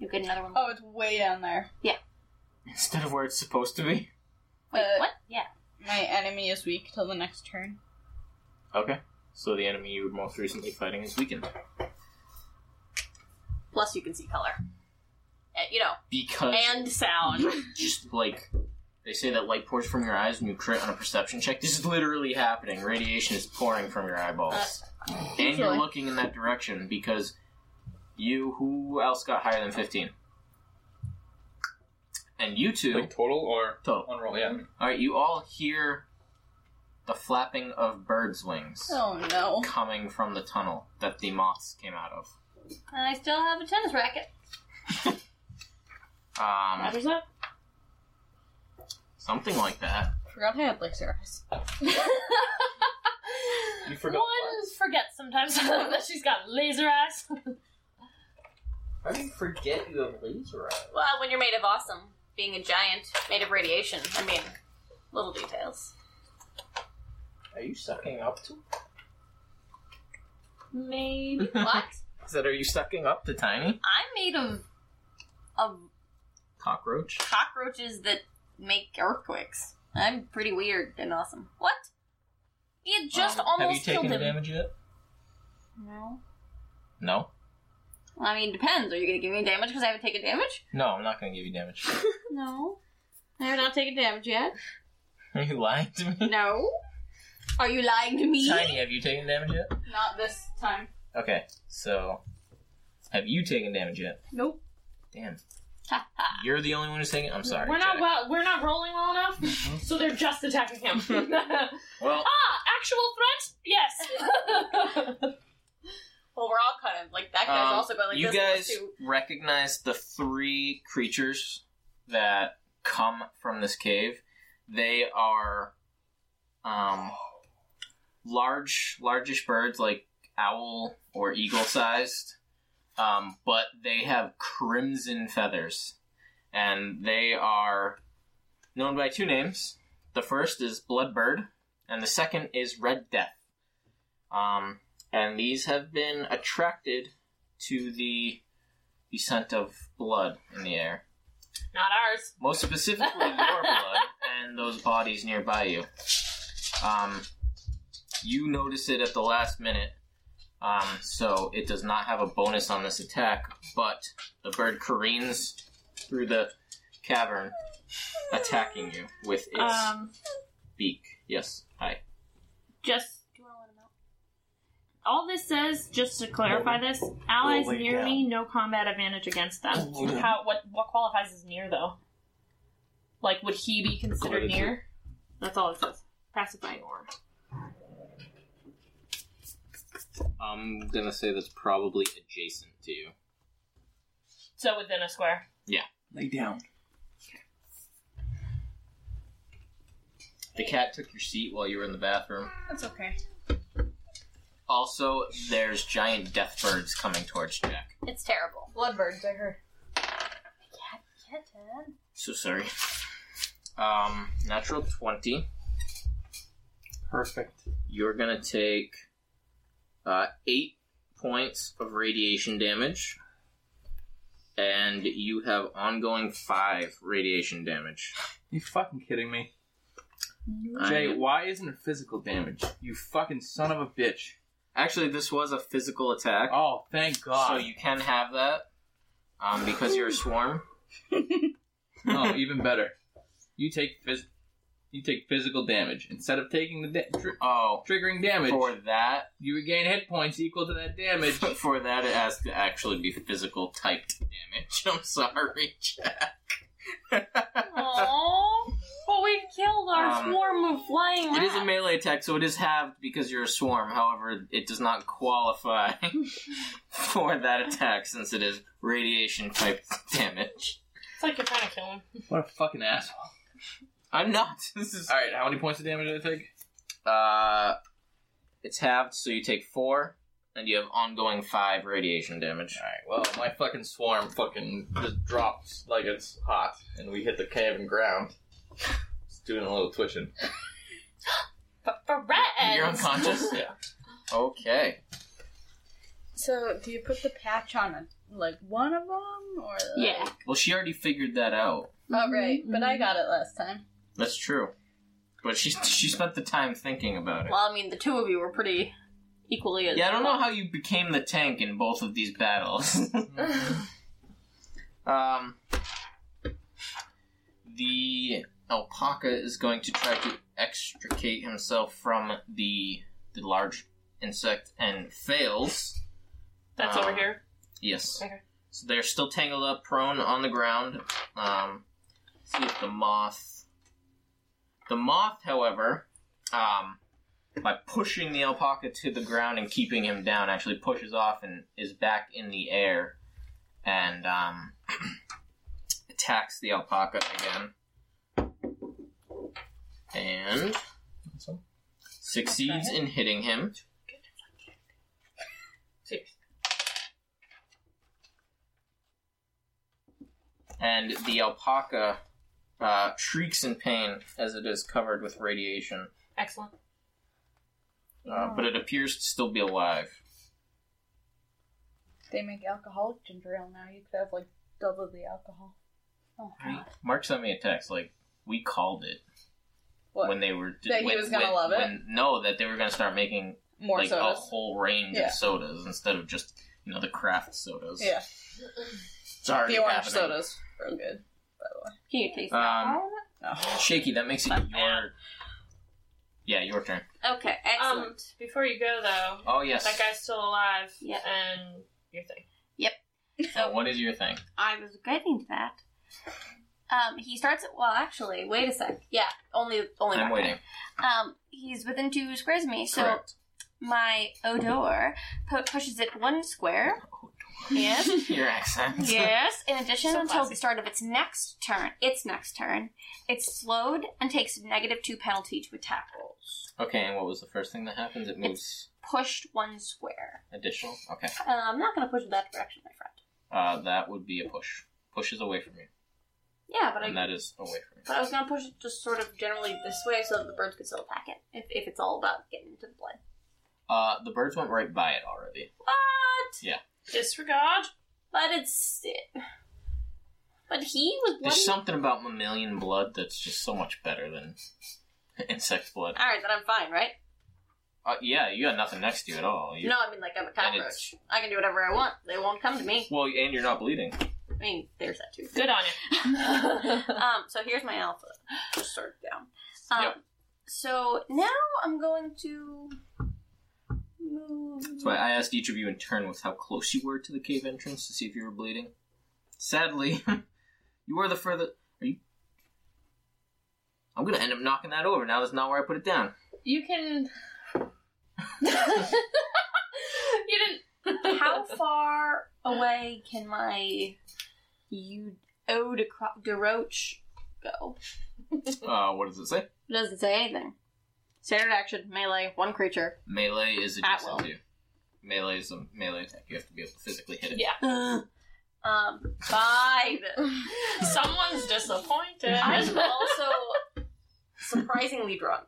Speaker 3: You get another one.
Speaker 4: Oh, it's way down there.
Speaker 1: Instead of where it's supposed to be.
Speaker 3: Wait,
Speaker 4: Uh,
Speaker 3: what? Yeah.
Speaker 4: My enemy is weak till the next turn.
Speaker 1: Okay. So the enemy you were most recently fighting is weakened
Speaker 3: Plus, you can see color. Uh, You know,
Speaker 1: because
Speaker 3: and sound.
Speaker 1: just like they say that light pours from your eyes when you crit on a perception check. This is literally happening. Radiation is pouring from your eyeballs,
Speaker 7: Uh,
Speaker 1: and you're
Speaker 4: usually.
Speaker 1: looking in that direction because you. Who else got higher than fifteen? And you two
Speaker 5: Like total or
Speaker 1: total.
Speaker 5: one roll? Yeah.
Speaker 1: All right, you all hear the flapping of birds' wings
Speaker 4: Oh no.
Speaker 1: coming from the tunnel that the moths came out of.
Speaker 3: And I still have a tennis racket.
Speaker 1: Um,
Speaker 2: Matters up.
Speaker 1: something like that.
Speaker 4: Forgot I had laser eyes.
Speaker 5: You forgot.
Speaker 2: One forgets sometimes that she's got laser eyes.
Speaker 5: How do you forget you have laser eyes?
Speaker 3: Well, when you're made of awesome, being a giant made of radiation. I mean, little details.
Speaker 5: Are you sucking up to?
Speaker 3: Maybe what?
Speaker 1: Is that are you sucking up the tiny
Speaker 3: I'm made of of
Speaker 1: cockroach?
Speaker 3: cockroaches that make earthquakes. I'm pretty weird and awesome. What? You just
Speaker 1: Um,
Speaker 3: almost killed him.
Speaker 5: yet?
Speaker 3: No.
Speaker 1: No,
Speaker 3: Well, I mean, depends. Are you going to give me damage because I haven't taken damage?
Speaker 1: no, I'm not going to give you damage.
Speaker 3: No. I have not taken damage yet.
Speaker 1: Are you lying to me?
Speaker 3: No. Are you lying to me?
Speaker 1: Tiny, have you taken damage yet?
Speaker 4: Not this time.
Speaker 1: Okay, so have you taken damage yet?
Speaker 4: Nope.
Speaker 1: Damn. You're the only one who's taking. I'm sorry.
Speaker 2: we're not
Speaker 1: Jack.
Speaker 2: well. We're not rolling well enough, so they're just attacking him. ah,
Speaker 1: Well,
Speaker 2: actual threat? Yes.
Speaker 3: Well, we're all kind of like that guy's
Speaker 1: um,
Speaker 3: also going like
Speaker 1: you
Speaker 3: this. and this
Speaker 1: guys recognize the three creatures that come from this cave. They are um, large, largish birds like owl or eagle sized, um, but they have crimson feathers, and they are known by two names. The first is Bloodbird, and the second is Red Death. Um, and these have been attracted to the the scent of blood in the air.
Speaker 2: not ours.
Speaker 1: Most specifically, your blood and those bodies nearby you. Um, you notice it at the last minute, um, so it does not have a bonus on this attack. But the bird careens through the cavern, attacking you with its
Speaker 2: Um,
Speaker 1: beak. Yes, hi.
Speaker 2: just. All this says, just to clarify this, allies
Speaker 5: Rolling
Speaker 2: near
Speaker 5: down.
Speaker 2: me, no combat advantage against them.
Speaker 1: Oh,
Speaker 2: How? What? What qualifies as near though? Like, would he be considered
Speaker 5: What is it?
Speaker 2: near? That's all it says. Pacifying orb.
Speaker 1: I'm gonna say that's probably adjacent to you.
Speaker 2: So within a square.
Speaker 5: Lay down.
Speaker 1: The cat took your seat while you were in the bathroom.
Speaker 4: That's okay.
Speaker 1: Also, there's giant death birds coming towards Jack.
Speaker 3: too. It's terrible.
Speaker 4: Bloodbirds, I heard.
Speaker 1: So sorry. Um, natural 20.
Speaker 5: Perfect.
Speaker 1: You're gonna take uh, 8 points of radiation damage. And you have ongoing 5 radiation damage.
Speaker 5: You fucking kidding me? Jay,
Speaker 1: I-
Speaker 5: why isn't it physical damage? You fucking son of a bitch.
Speaker 1: actually, this was a physical attack.
Speaker 5: Oh, thank
Speaker 1: So
Speaker 5: God.
Speaker 1: you can have that. Um, because you're a swarm.
Speaker 5: oh, even better. You take phys- you take physical damage instead of taking the da- tr-
Speaker 1: Oh,
Speaker 5: triggering damage.
Speaker 1: for that,
Speaker 5: you regain hit points equal to that damage.
Speaker 1: for that, it has to actually be physical typed damage. I'm sorry, Jack.
Speaker 2: Aww. But we killed our
Speaker 1: Um,
Speaker 2: swarm of flying
Speaker 1: It is a
Speaker 2: rats.
Speaker 1: melee attack, so it is halved because you're a swarm. However, it does not qualify for that attack since it is radiation type damage.
Speaker 2: It's like you're trying to kill him.
Speaker 5: what a fucking asshole.
Speaker 1: I'm not. This is
Speaker 5: All right, how many points of damage did I take?
Speaker 1: uh, it's halved, so you take four, and you have ongoing five radiation damage.
Speaker 5: All right, well, my fucking swarm fucking just drops like it's hot, and we hit the cavern ground. It's doing a little twitching.
Speaker 2: But for rats!
Speaker 1: You're unconscious.
Speaker 5: Yeah.
Speaker 1: Okay.
Speaker 4: So, do you put the patch on a, like one of them, or like...
Speaker 2: Yeah.
Speaker 1: Well, she already figured that out.
Speaker 4: Oh right, but
Speaker 3: Mm-hmm.
Speaker 4: I got it last time.
Speaker 1: That's true. But she she spent the time thinking about it.
Speaker 3: Well, I mean, the two of you were pretty equally as.
Speaker 1: Yeah, I don't know how you became the tank in both of these battles. um, the alpaca is going to try to extricate himself from the the large insect and fails.
Speaker 2: That's over
Speaker 1: Um,
Speaker 2: here.
Speaker 1: Yes.
Speaker 2: Okay.
Speaker 1: So they're still tangled up, prone on the ground. Um, see if the moth. The moth, however, um, by pushing the alpaca to the ground and keeping him down, actually pushes off and is back in the air and um, attacks the alpaca again. And succeeds in hitting him. and the alpaca uh, shrieks in pain as it is covered with radiation,
Speaker 2: Excellent.
Speaker 4: Oh.
Speaker 1: uh, but it appears to still be alive.
Speaker 4: They make alcoholic ginger ale now. You could have like double the alcohol. Oh,
Speaker 1: Mark sent me a text like we called it
Speaker 4: What?
Speaker 1: when they were
Speaker 4: That he
Speaker 1: when-
Speaker 4: was gonna
Speaker 1: when-
Speaker 4: love it?
Speaker 1: when- no, that they were going to start making
Speaker 4: More
Speaker 1: like a
Speaker 4: sodas.
Speaker 1: whole range
Speaker 4: Yeah.
Speaker 1: of sodas instead of just you know the craft sodas.
Speaker 4: Yeah,
Speaker 1: it's already
Speaker 4: the orange
Speaker 1: happening.
Speaker 4: sodas real good.
Speaker 3: Can you taste
Speaker 1: Um,
Speaker 4: Oh.
Speaker 1: shaky. That makes it
Speaker 3: Fuck
Speaker 1: your. Yeah, your turn.
Speaker 3: that? Okay, excellent.
Speaker 2: Um, before you go though,
Speaker 1: Oh yes.
Speaker 2: that guy's still alive.
Speaker 3: Yeah.
Speaker 2: And your thing.
Speaker 1: So Oh, what is your thing?
Speaker 7: I was getting to that.
Speaker 3: Um, he starts at well, actually, wait a sec. Yeah, only only.
Speaker 1: I'm
Speaker 3: back.
Speaker 1: waiting.
Speaker 7: Um, he's within two squares of me, so
Speaker 1: Correct.
Speaker 7: my Odor pu- pushes it one square. Yes.
Speaker 1: Your accent.
Speaker 7: Yes. In addition,
Speaker 2: So
Speaker 7: until
Speaker 2: classy.
Speaker 7: the start of its next turn, its next turn, it's slowed and takes negative two penalty to attack rolls.
Speaker 1: Okay, and what was the first thing that happens? It moves
Speaker 7: Pushed one square.
Speaker 1: additional. Okay.
Speaker 3: Uh, I'm not going to push in that direction, my friend.
Speaker 1: Uh, that would be a push. Pushes away from you.
Speaker 3: Yeah, but
Speaker 1: And
Speaker 3: I
Speaker 1: that is away from you.
Speaker 3: but I was going to push it just sort of generally this way so that the birds could still attack it if if it's all about getting into the blood.
Speaker 1: Uh, the birds went right by it already.
Speaker 3: But
Speaker 2: Disregard.
Speaker 3: but it's but he was bloody.
Speaker 1: There's something about mammalian blood that's just so much better than insect blood.
Speaker 3: all right, then I'm fine, right?
Speaker 1: Uh, yeah, you got nothing next to you at all. You,
Speaker 3: No, I mean like I'm a cockroach. I can do whatever I want. They won't come to me.
Speaker 1: Well, and you're not bleeding.
Speaker 3: I mean, there's that too.
Speaker 2: Good on you.
Speaker 3: um, so here's my alpha. Just sort of down. Um,
Speaker 1: Yep.
Speaker 3: So now I'm going to move.
Speaker 1: So I I asked each of you in turn with how close you were to the cave entrance to see if you were bleeding. Sadly, you were the further. Are you? I'm gonna end up knocking that over. Now that's not where I put it down.
Speaker 2: You can. you didn't.
Speaker 3: How far away can my you oh de, cro- de roach go?
Speaker 1: Uh, what does it say?
Speaker 3: It doesn't say anything. Standard action, melee, one creature.
Speaker 1: Melee is adjacent
Speaker 3: will.
Speaker 1: to you. Melee is a melee attack. You have to be able to physically hit it.
Speaker 2: Yeah.
Speaker 3: um, five.
Speaker 2: Someone's disappointed.
Speaker 3: I'm also surprisingly drunk.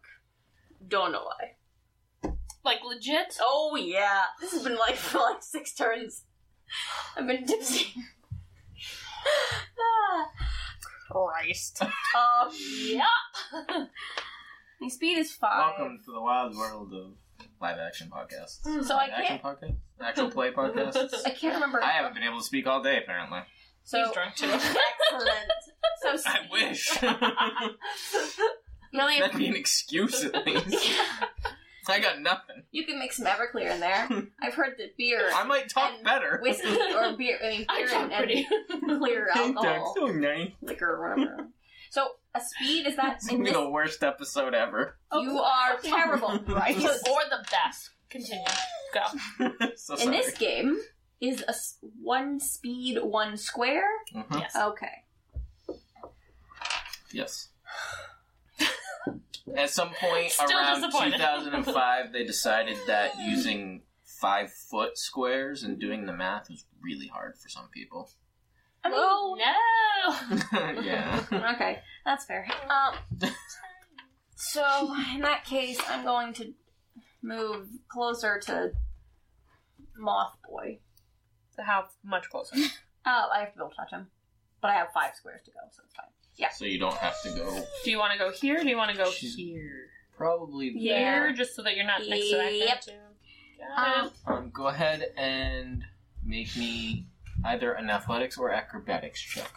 Speaker 3: Don't know why.
Speaker 2: like legit.
Speaker 3: Oh yeah, this has been like for like six turns. I've been tipsy. ah, Christ. Um,
Speaker 2: Yeah.
Speaker 3: my speed is five.
Speaker 1: Welcome to the wild world of live action podcasts.
Speaker 3: So I
Speaker 1: live
Speaker 3: can't.
Speaker 1: action podcast, actual play podcasts.
Speaker 3: I can't remember.
Speaker 1: I haven't been able to speak all day apparently.
Speaker 3: so
Speaker 2: He's drunk too.
Speaker 3: excellent. So
Speaker 1: I
Speaker 3: speed-
Speaker 1: wish.
Speaker 3: Really,
Speaker 1: That'd be an excuse at least. I got nothing.
Speaker 3: you can make some Everclear in there. I've heard that beer,
Speaker 1: I might talk
Speaker 3: And
Speaker 1: better.
Speaker 3: whiskey, or beer. I mean,
Speaker 2: I
Speaker 3: beer
Speaker 2: drunk
Speaker 3: and,
Speaker 2: pretty.
Speaker 3: and clear alcohol,
Speaker 1: so nice.
Speaker 3: liquor, or whatever. So a speed is that
Speaker 1: It's
Speaker 3: in
Speaker 1: gonna be
Speaker 3: this,
Speaker 1: the worst episode ever.
Speaker 3: you are terrible.
Speaker 1: Right.
Speaker 2: or the best. Continue. Go.
Speaker 1: so
Speaker 3: In
Speaker 1: sorry.
Speaker 3: this game is a s- one speed, one square.
Speaker 1: Mhm.
Speaker 2: Yes.
Speaker 3: Okay.
Speaker 1: Yes. At some point
Speaker 2: Still
Speaker 1: around
Speaker 2: disappointed.
Speaker 1: 2005, they decided that using five foot squares and doing the math was really hard for some people.
Speaker 3: I mean,
Speaker 2: Oh no.
Speaker 1: yeah.
Speaker 3: okay, that's fair. Um, so in that case, I'm going to move closer to Moth Boy.
Speaker 2: How much closer?
Speaker 3: Oh, I have to be able to touch him, but I have five squares to go, so it's fine.
Speaker 1: So you don't have to go
Speaker 2: Do you want to go here? Or do you want to go
Speaker 1: She's-
Speaker 2: here?
Speaker 1: probably
Speaker 3: Yeah.
Speaker 2: Here, just so that you're not next to that. guy,
Speaker 3: Yep.
Speaker 2: too. Got
Speaker 3: Um,
Speaker 2: it.
Speaker 1: there. Um, go ahead and make me either an athletics or acrobatics check.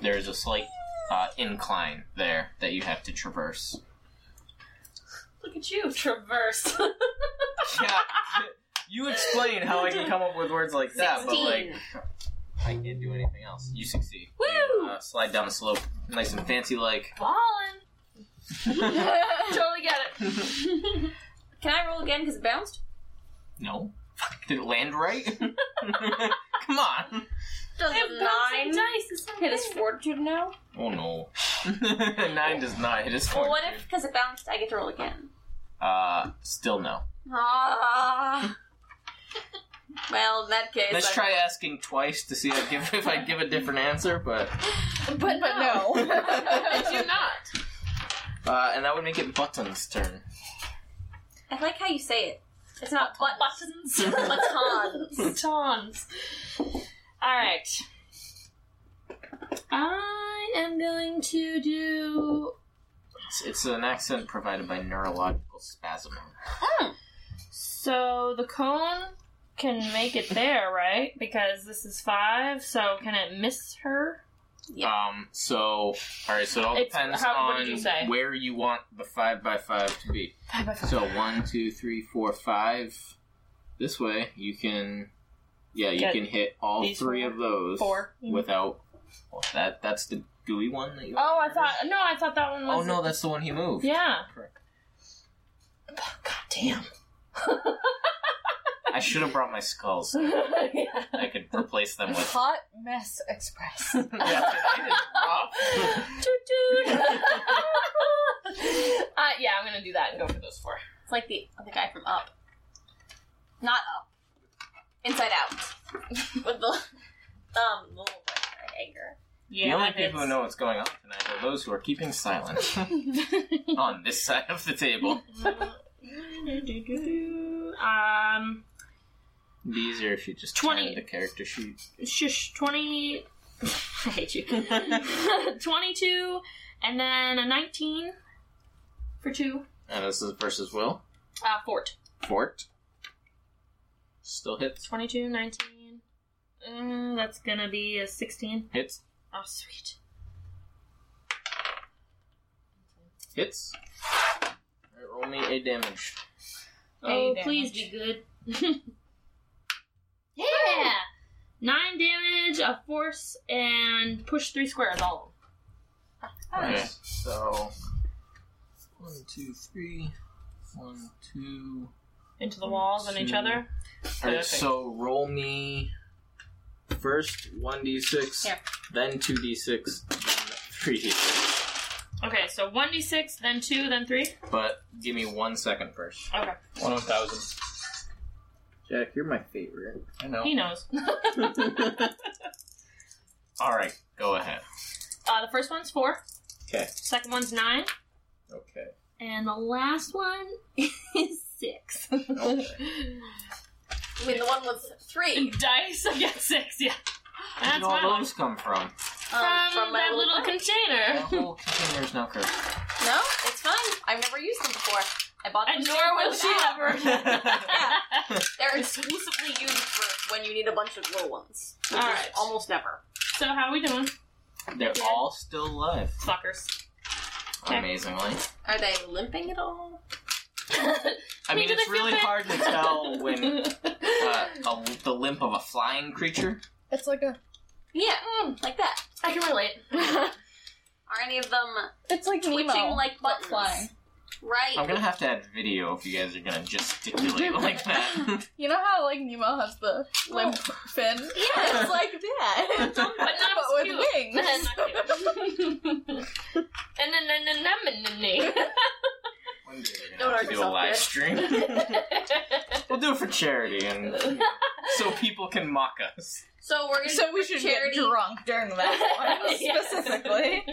Speaker 1: There is a slight uh, incline there that you have to traverse.
Speaker 2: Look at you, traverse.
Speaker 1: yeah. You explain how I can come up with words like that, but like I can't do anything else. You succeed. You, uh, slide down the slope, nice and fancy like.
Speaker 2: Ballin. Totally get it.
Speaker 3: Can I roll again because it bounced?
Speaker 1: no. Fuck, Did it land right? come on.
Speaker 3: Does
Speaker 2: It
Speaker 3: nine
Speaker 2: bouncing dice. It's so
Speaker 3: hit his
Speaker 2: good.
Speaker 3: fortitude now?
Speaker 1: Oh no. Nine does not hit his
Speaker 3: Well,
Speaker 1: fortitude.
Speaker 3: what if because it bounced, I get to roll again?
Speaker 1: Uh, still no.
Speaker 3: Ah. well, in that case,
Speaker 1: Let's
Speaker 3: I-
Speaker 1: try asking twice to see if I give, if I give a different answer, but
Speaker 4: But but no.
Speaker 2: I do not.
Speaker 1: uh, and that would make it Button's turn.
Speaker 3: I like how you say it. It's not butt
Speaker 2: Buttons.
Speaker 3: batons.
Speaker 2: Tons. All right. I am going to do.
Speaker 1: It's, it's an accent provided by neurological spasm.
Speaker 2: So the cone can make it there, right? Because this is five. So can it miss her?
Speaker 1: Um. So, all right. So it all
Speaker 2: It's-
Speaker 1: depends
Speaker 2: how- what
Speaker 1: on
Speaker 2: did you say?
Speaker 1: where you want the five by five to be.
Speaker 2: Five by five.
Speaker 1: So one, two, three, four, five. This way you can Yeah, you
Speaker 2: Get
Speaker 1: can hit all
Speaker 2: these
Speaker 1: three
Speaker 2: four. Mm-hmm.
Speaker 1: of those
Speaker 4: Four.
Speaker 1: without. Well, that that's the gooey one that you.
Speaker 2: Oh, I thought no, I thought that one
Speaker 1: Oh
Speaker 2: was.
Speaker 1: no, that's the one he moved.
Speaker 2: yeah.
Speaker 1: Correct.
Speaker 2: God damn.
Speaker 1: I should have brought my skulls. I could replace them with.
Speaker 4: Hot mess express.
Speaker 1: yeah, it is rough.
Speaker 2: Toot toot. uh, yeah, I'm gonna do that and go for those four.
Speaker 3: It's like the the guy from Up. Not Up. Inside Out. With the um the little boy, anger.
Speaker 2: Yeah,
Speaker 1: the only
Speaker 2: that hits.
Speaker 1: people who know what's going on tonight are those who are keeping silent on this side of the table.
Speaker 2: um,
Speaker 1: It'd be easier if you just
Speaker 2: 20.
Speaker 1: turned the character sheet.
Speaker 2: shush, twenty. I hate you. Twenty-two, and then a nineteen for two.
Speaker 1: And this is versus Will.
Speaker 2: Uh, fort.
Speaker 1: Fort. Still hits.
Speaker 2: 22, 19. Mm, that's gonna be a sixteen.
Speaker 1: Hits.
Speaker 2: Oh, sweet.
Speaker 1: Hits. Alright, roll me a damage.
Speaker 2: oh,
Speaker 4: damage.
Speaker 2: please be good. yeah. Nine damage, a force, and push three squares. All
Speaker 1: Okay. So. One, two, three. One, two.
Speaker 2: into the walls and each
Speaker 1: Two.
Speaker 2: other.
Speaker 1: Alright,
Speaker 2: Okay.
Speaker 1: so roll me first 1d6,
Speaker 3: Here.
Speaker 1: then 2d6, then 3d6.
Speaker 2: Okay, so one d six, then two, then three.
Speaker 1: But give me one second first.
Speaker 2: Okay,
Speaker 5: One thousand.
Speaker 1: Jack, you're my favorite.
Speaker 5: I know.
Speaker 2: he knows.
Speaker 1: Alright, go ahead.
Speaker 2: Uh, the first one's four.
Speaker 1: 'Kay.
Speaker 2: Second one's nine,
Speaker 5: Okay.
Speaker 2: and the last one is six.
Speaker 3: I mean the one with three.
Speaker 2: Dice, I get six. Yeah,
Speaker 1: Where
Speaker 2: that's
Speaker 1: did all
Speaker 2: wow.
Speaker 1: those come from?
Speaker 3: Um,
Speaker 2: Oh, From, that little,
Speaker 3: friend.
Speaker 1: The
Speaker 2: container.
Speaker 1: whole container's now cursed.
Speaker 3: No, it's fine. I've never used them before. I bought them.
Speaker 2: And
Speaker 3: to
Speaker 2: nor
Speaker 3: start
Speaker 2: will
Speaker 3: with
Speaker 2: she
Speaker 3: out.
Speaker 2: ever.
Speaker 3: They're exclusively used for when you need a bunch of little ones. Which is
Speaker 2: Alright.
Speaker 3: Almost never.
Speaker 2: so how are we doing,
Speaker 1: They're
Speaker 2: Yeah.
Speaker 1: all still alive,
Speaker 2: fuckers? Okay.
Speaker 1: amazingly.
Speaker 3: Are they limping at all?
Speaker 1: I
Speaker 2: I mean,
Speaker 1: mean,
Speaker 2: do
Speaker 1: it's
Speaker 2: they feel
Speaker 1: really
Speaker 2: bad?
Speaker 1: hard to tell when uh, a, the limp of a flying creature.
Speaker 4: it's like a.
Speaker 3: Yeah, mm, like that.
Speaker 2: I can relate.
Speaker 3: Are any of them
Speaker 4: It's like
Speaker 3: twitching
Speaker 4: Nemo,
Speaker 3: like
Speaker 4: but
Speaker 3: buttons?
Speaker 4: flying.
Speaker 3: Right.
Speaker 1: I'm gonna have to add video if you guys are gonna gesticulate like that.
Speaker 4: You know how like Nemo has the limp fin?
Speaker 3: Oh. Yeah, it's like that.
Speaker 2: Dumb, but not
Speaker 4: but with
Speaker 2: cute.
Speaker 4: wings.
Speaker 2: And then, then, then, then, then, then.
Speaker 1: One day we're
Speaker 3: Don't
Speaker 1: gonna have
Speaker 3: hurt
Speaker 1: to do a
Speaker 3: yourself,
Speaker 1: live
Speaker 3: Chris.
Speaker 1: stream. we'll do it for charity and so people can mock us.
Speaker 3: so we're gonna
Speaker 4: So we
Speaker 3: do
Speaker 4: should
Speaker 3: charity.
Speaker 4: get drunk during that one
Speaker 2: Yes.
Speaker 4: specifically.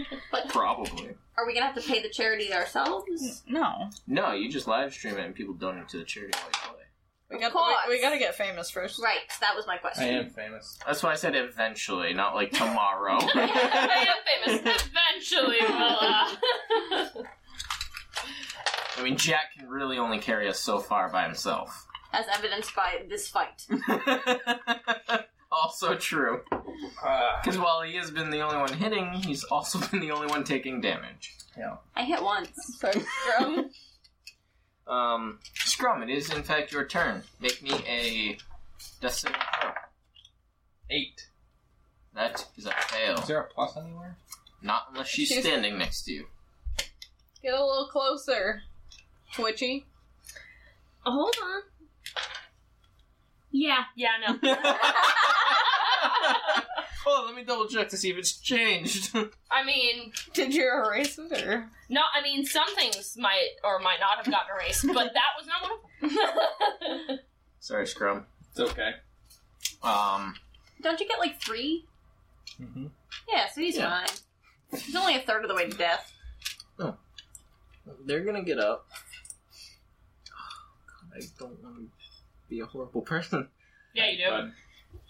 Speaker 1: Probably.
Speaker 3: Are we gonna have to pay the charity ourselves?
Speaker 4: No,
Speaker 1: No, you just live stream it and people donate to the charity while you play.
Speaker 4: we
Speaker 3: Of
Speaker 4: got
Speaker 3: course.
Speaker 4: we, we got to get famous first.
Speaker 3: Right. so that was my
Speaker 5: I
Speaker 3: question.
Speaker 5: am famous.
Speaker 1: That's why I said eventually, not like tomorrow.
Speaker 2: I am famous. Eventually, well, uh,
Speaker 1: I mean, Jack can really only carry us so far by himself.
Speaker 3: As evidenced by this fight.
Speaker 1: also true.
Speaker 5: Ah,
Speaker 1: Because while he has been the only one hitting, he's also been the only one taking damage.
Speaker 3: I hit once.
Speaker 4: So, um,
Speaker 1: Um, Scrum, it is in fact your turn. Make me a death saving throw.
Speaker 5: eight.
Speaker 1: That is a fail.
Speaker 5: Is there a plus anywhere?
Speaker 1: Not unless she's
Speaker 4: She's-
Speaker 1: standing next to you.
Speaker 4: get a little closer, Twitchy.
Speaker 2: hold on. Yeah, yeah, no.
Speaker 1: oh, let me double check to see if it's changed.
Speaker 2: I mean,
Speaker 4: Did you erase it or?
Speaker 2: no, I mean, some things might or might not have gotten erased, but that was not one of them.
Speaker 1: Sorry, Scrum.
Speaker 5: It's okay.
Speaker 1: Um,
Speaker 3: Don't you get like three?
Speaker 5: Mhm.
Speaker 3: Yeah, so he's
Speaker 1: Yeah.
Speaker 3: fine. He's only a third of the way to death.
Speaker 1: they're gonna get up. Oh, God, I don't want to be a horrible person.
Speaker 2: yeah, you do.
Speaker 5: But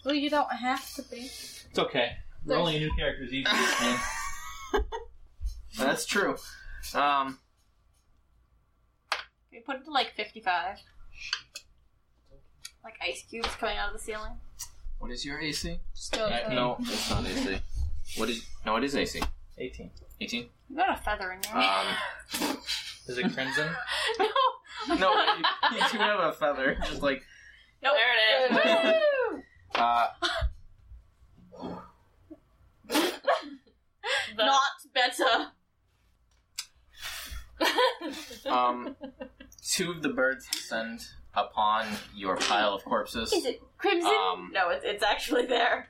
Speaker 4: Well, you don't have to be.
Speaker 5: it's okay. Rolling a new character is easy. man.
Speaker 1: That's true. Um,
Speaker 3: Can we put it to like 55? Like ice cubes coming out of the ceiling?
Speaker 1: what is your AC?
Speaker 4: Still
Speaker 5: I-
Speaker 1: No, it's not AC. What is? No, it is AC.
Speaker 5: Eighteen.
Speaker 1: Eighteen.
Speaker 3: You got a feather in
Speaker 5: Uh,
Speaker 3: there.
Speaker 1: Um,
Speaker 5: Is it crimson?
Speaker 1: no, you, you do have a feather, just like
Speaker 2: There it is.
Speaker 1: Woo! Uh,
Speaker 2: The-
Speaker 3: Not better.
Speaker 1: um, two of the birds descend upon your pile of corpses.
Speaker 3: Is it crimson?
Speaker 1: Um,
Speaker 3: no, it's, it's actually there.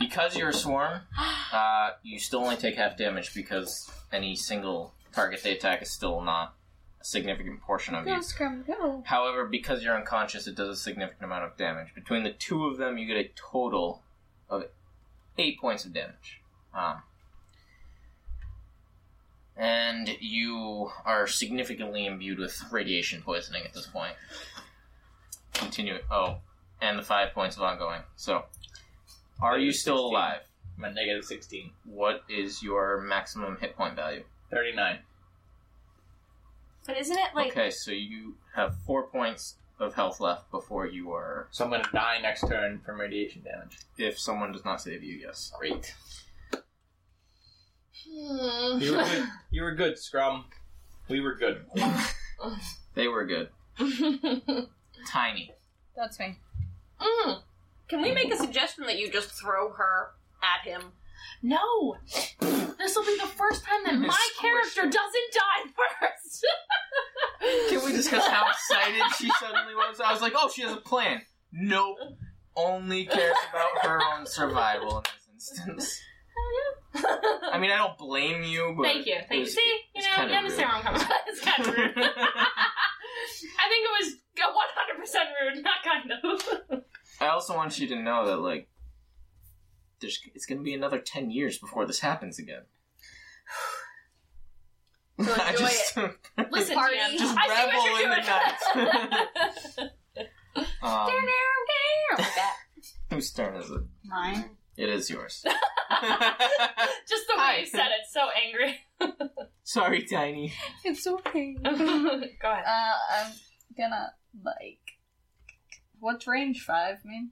Speaker 1: Because you're a swarm, uh, you still only take half damage because any single target they attack is still not a significant portion of you.
Speaker 4: Scrum, go.
Speaker 1: However, because you're unconscious, it does a significant amount of damage. Between the two of them, you get a total of eight points of damage. Um, and you are significantly imbued with radiation poisoning at this point. Continue. Oh, and the five points of ongoing. So, are you still
Speaker 5: 16.
Speaker 1: alive?
Speaker 5: I'm at negative 16.
Speaker 1: What is your maximum hit point value?
Speaker 5: 39.
Speaker 7: But isn't it like
Speaker 1: okay, so you have four points of health left before you are.
Speaker 5: So I'm going to die next turn from radiation damage.
Speaker 1: If someone does not save you, yes.
Speaker 5: Great.
Speaker 2: Hmm.
Speaker 5: You were good, you were good Scrum. We were good.
Speaker 1: They were good. Tiny.
Speaker 4: That's me.
Speaker 2: Mm.
Speaker 3: Can we make a suggestion that you just throw her at him?
Speaker 2: No, this will be the first time that
Speaker 1: You
Speaker 2: my
Speaker 1: squished
Speaker 2: character
Speaker 1: it.
Speaker 2: doesn't die first.
Speaker 1: Can we discuss how excited she suddenly was? I was like, oh, she has a plan. Nope. Only cares about her own survival in this instance. I mean, I don't blame you, but.
Speaker 2: Thank you.
Speaker 1: it
Speaker 2: Thank you.
Speaker 1: was-
Speaker 2: See, you
Speaker 1: it's
Speaker 2: know,
Speaker 1: kinda
Speaker 2: you understand where I'm coming from. It's kind of rude. I think it was 100 percent rude, not kind of.
Speaker 1: I also want you to know that, like, there's, it's going to be another 10 years before this happens again.
Speaker 3: So
Speaker 1: I
Speaker 3: enjoy
Speaker 1: just.
Speaker 2: Listen,
Speaker 3: Party.
Speaker 2: GM,
Speaker 1: Just
Speaker 2: I see what
Speaker 1: revel in
Speaker 2: you're doing.
Speaker 1: um,
Speaker 3: Like that.
Speaker 1: whose turn is it?
Speaker 4: Mine.
Speaker 1: It is yours.
Speaker 2: Just the way you said it, so angry.
Speaker 1: Sorry, Tiny.
Speaker 4: It's okay.
Speaker 3: Oh.
Speaker 2: Go ahead.
Speaker 4: Uh, I'm gonna like. What's range five mean?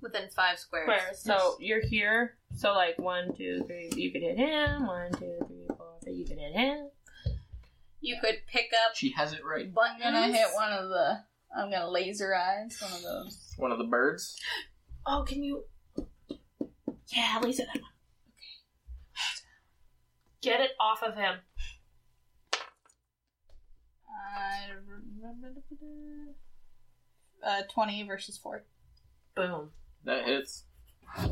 Speaker 3: Within five squares.
Speaker 2: Squares. So you're here. So like one, two, three. You could hit him. One, two, three, four. Three, you could hit him.
Speaker 3: You could pick up
Speaker 1: She has it right.
Speaker 3: buttons.
Speaker 4: I'm gonna hit one of the. I'm gonna laser eyes one of those.
Speaker 1: One of the birds.
Speaker 2: Oh, can you? Yeah, Lisa, that one. Okay. Get it off of him.
Speaker 4: Uh, twenty versus four.
Speaker 2: Boom.
Speaker 1: That hits.
Speaker 3: Do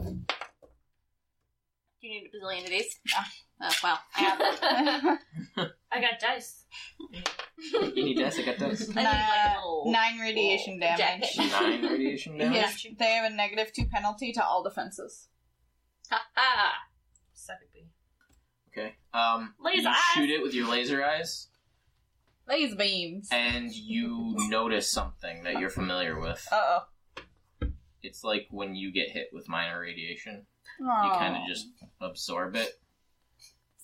Speaker 3: you need a bazillion of these? Oh, well, I have them.
Speaker 2: I got dice.
Speaker 1: You need dice. I got dice.
Speaker 3: I need like a little...
Speaker 4: Nine radiation damage.
Speaker 3: jacket.
Speaker 1: Nine radiation damage.
Speaker 4: Yeah, they have a negative two penalty to all defenses.
Speaker 3: Ha ha.
Speaker 2: Suck it, bee.
Speaker 1: Okay. Um,
Speaker 2: Laser
Speaker 1: you
Speaker 2: eyes.
Speaker 1: shoot it with your laser eyes,
Speaker 4: Laser beams. Uh
Speaker 1: and you notice something that you're familiar with.
Speaker 4: oh.
Speaker 1: It's like when you get hit with minor radiation, you
Speaker 4: Aw.
Speaker 1: kind of just absorb it.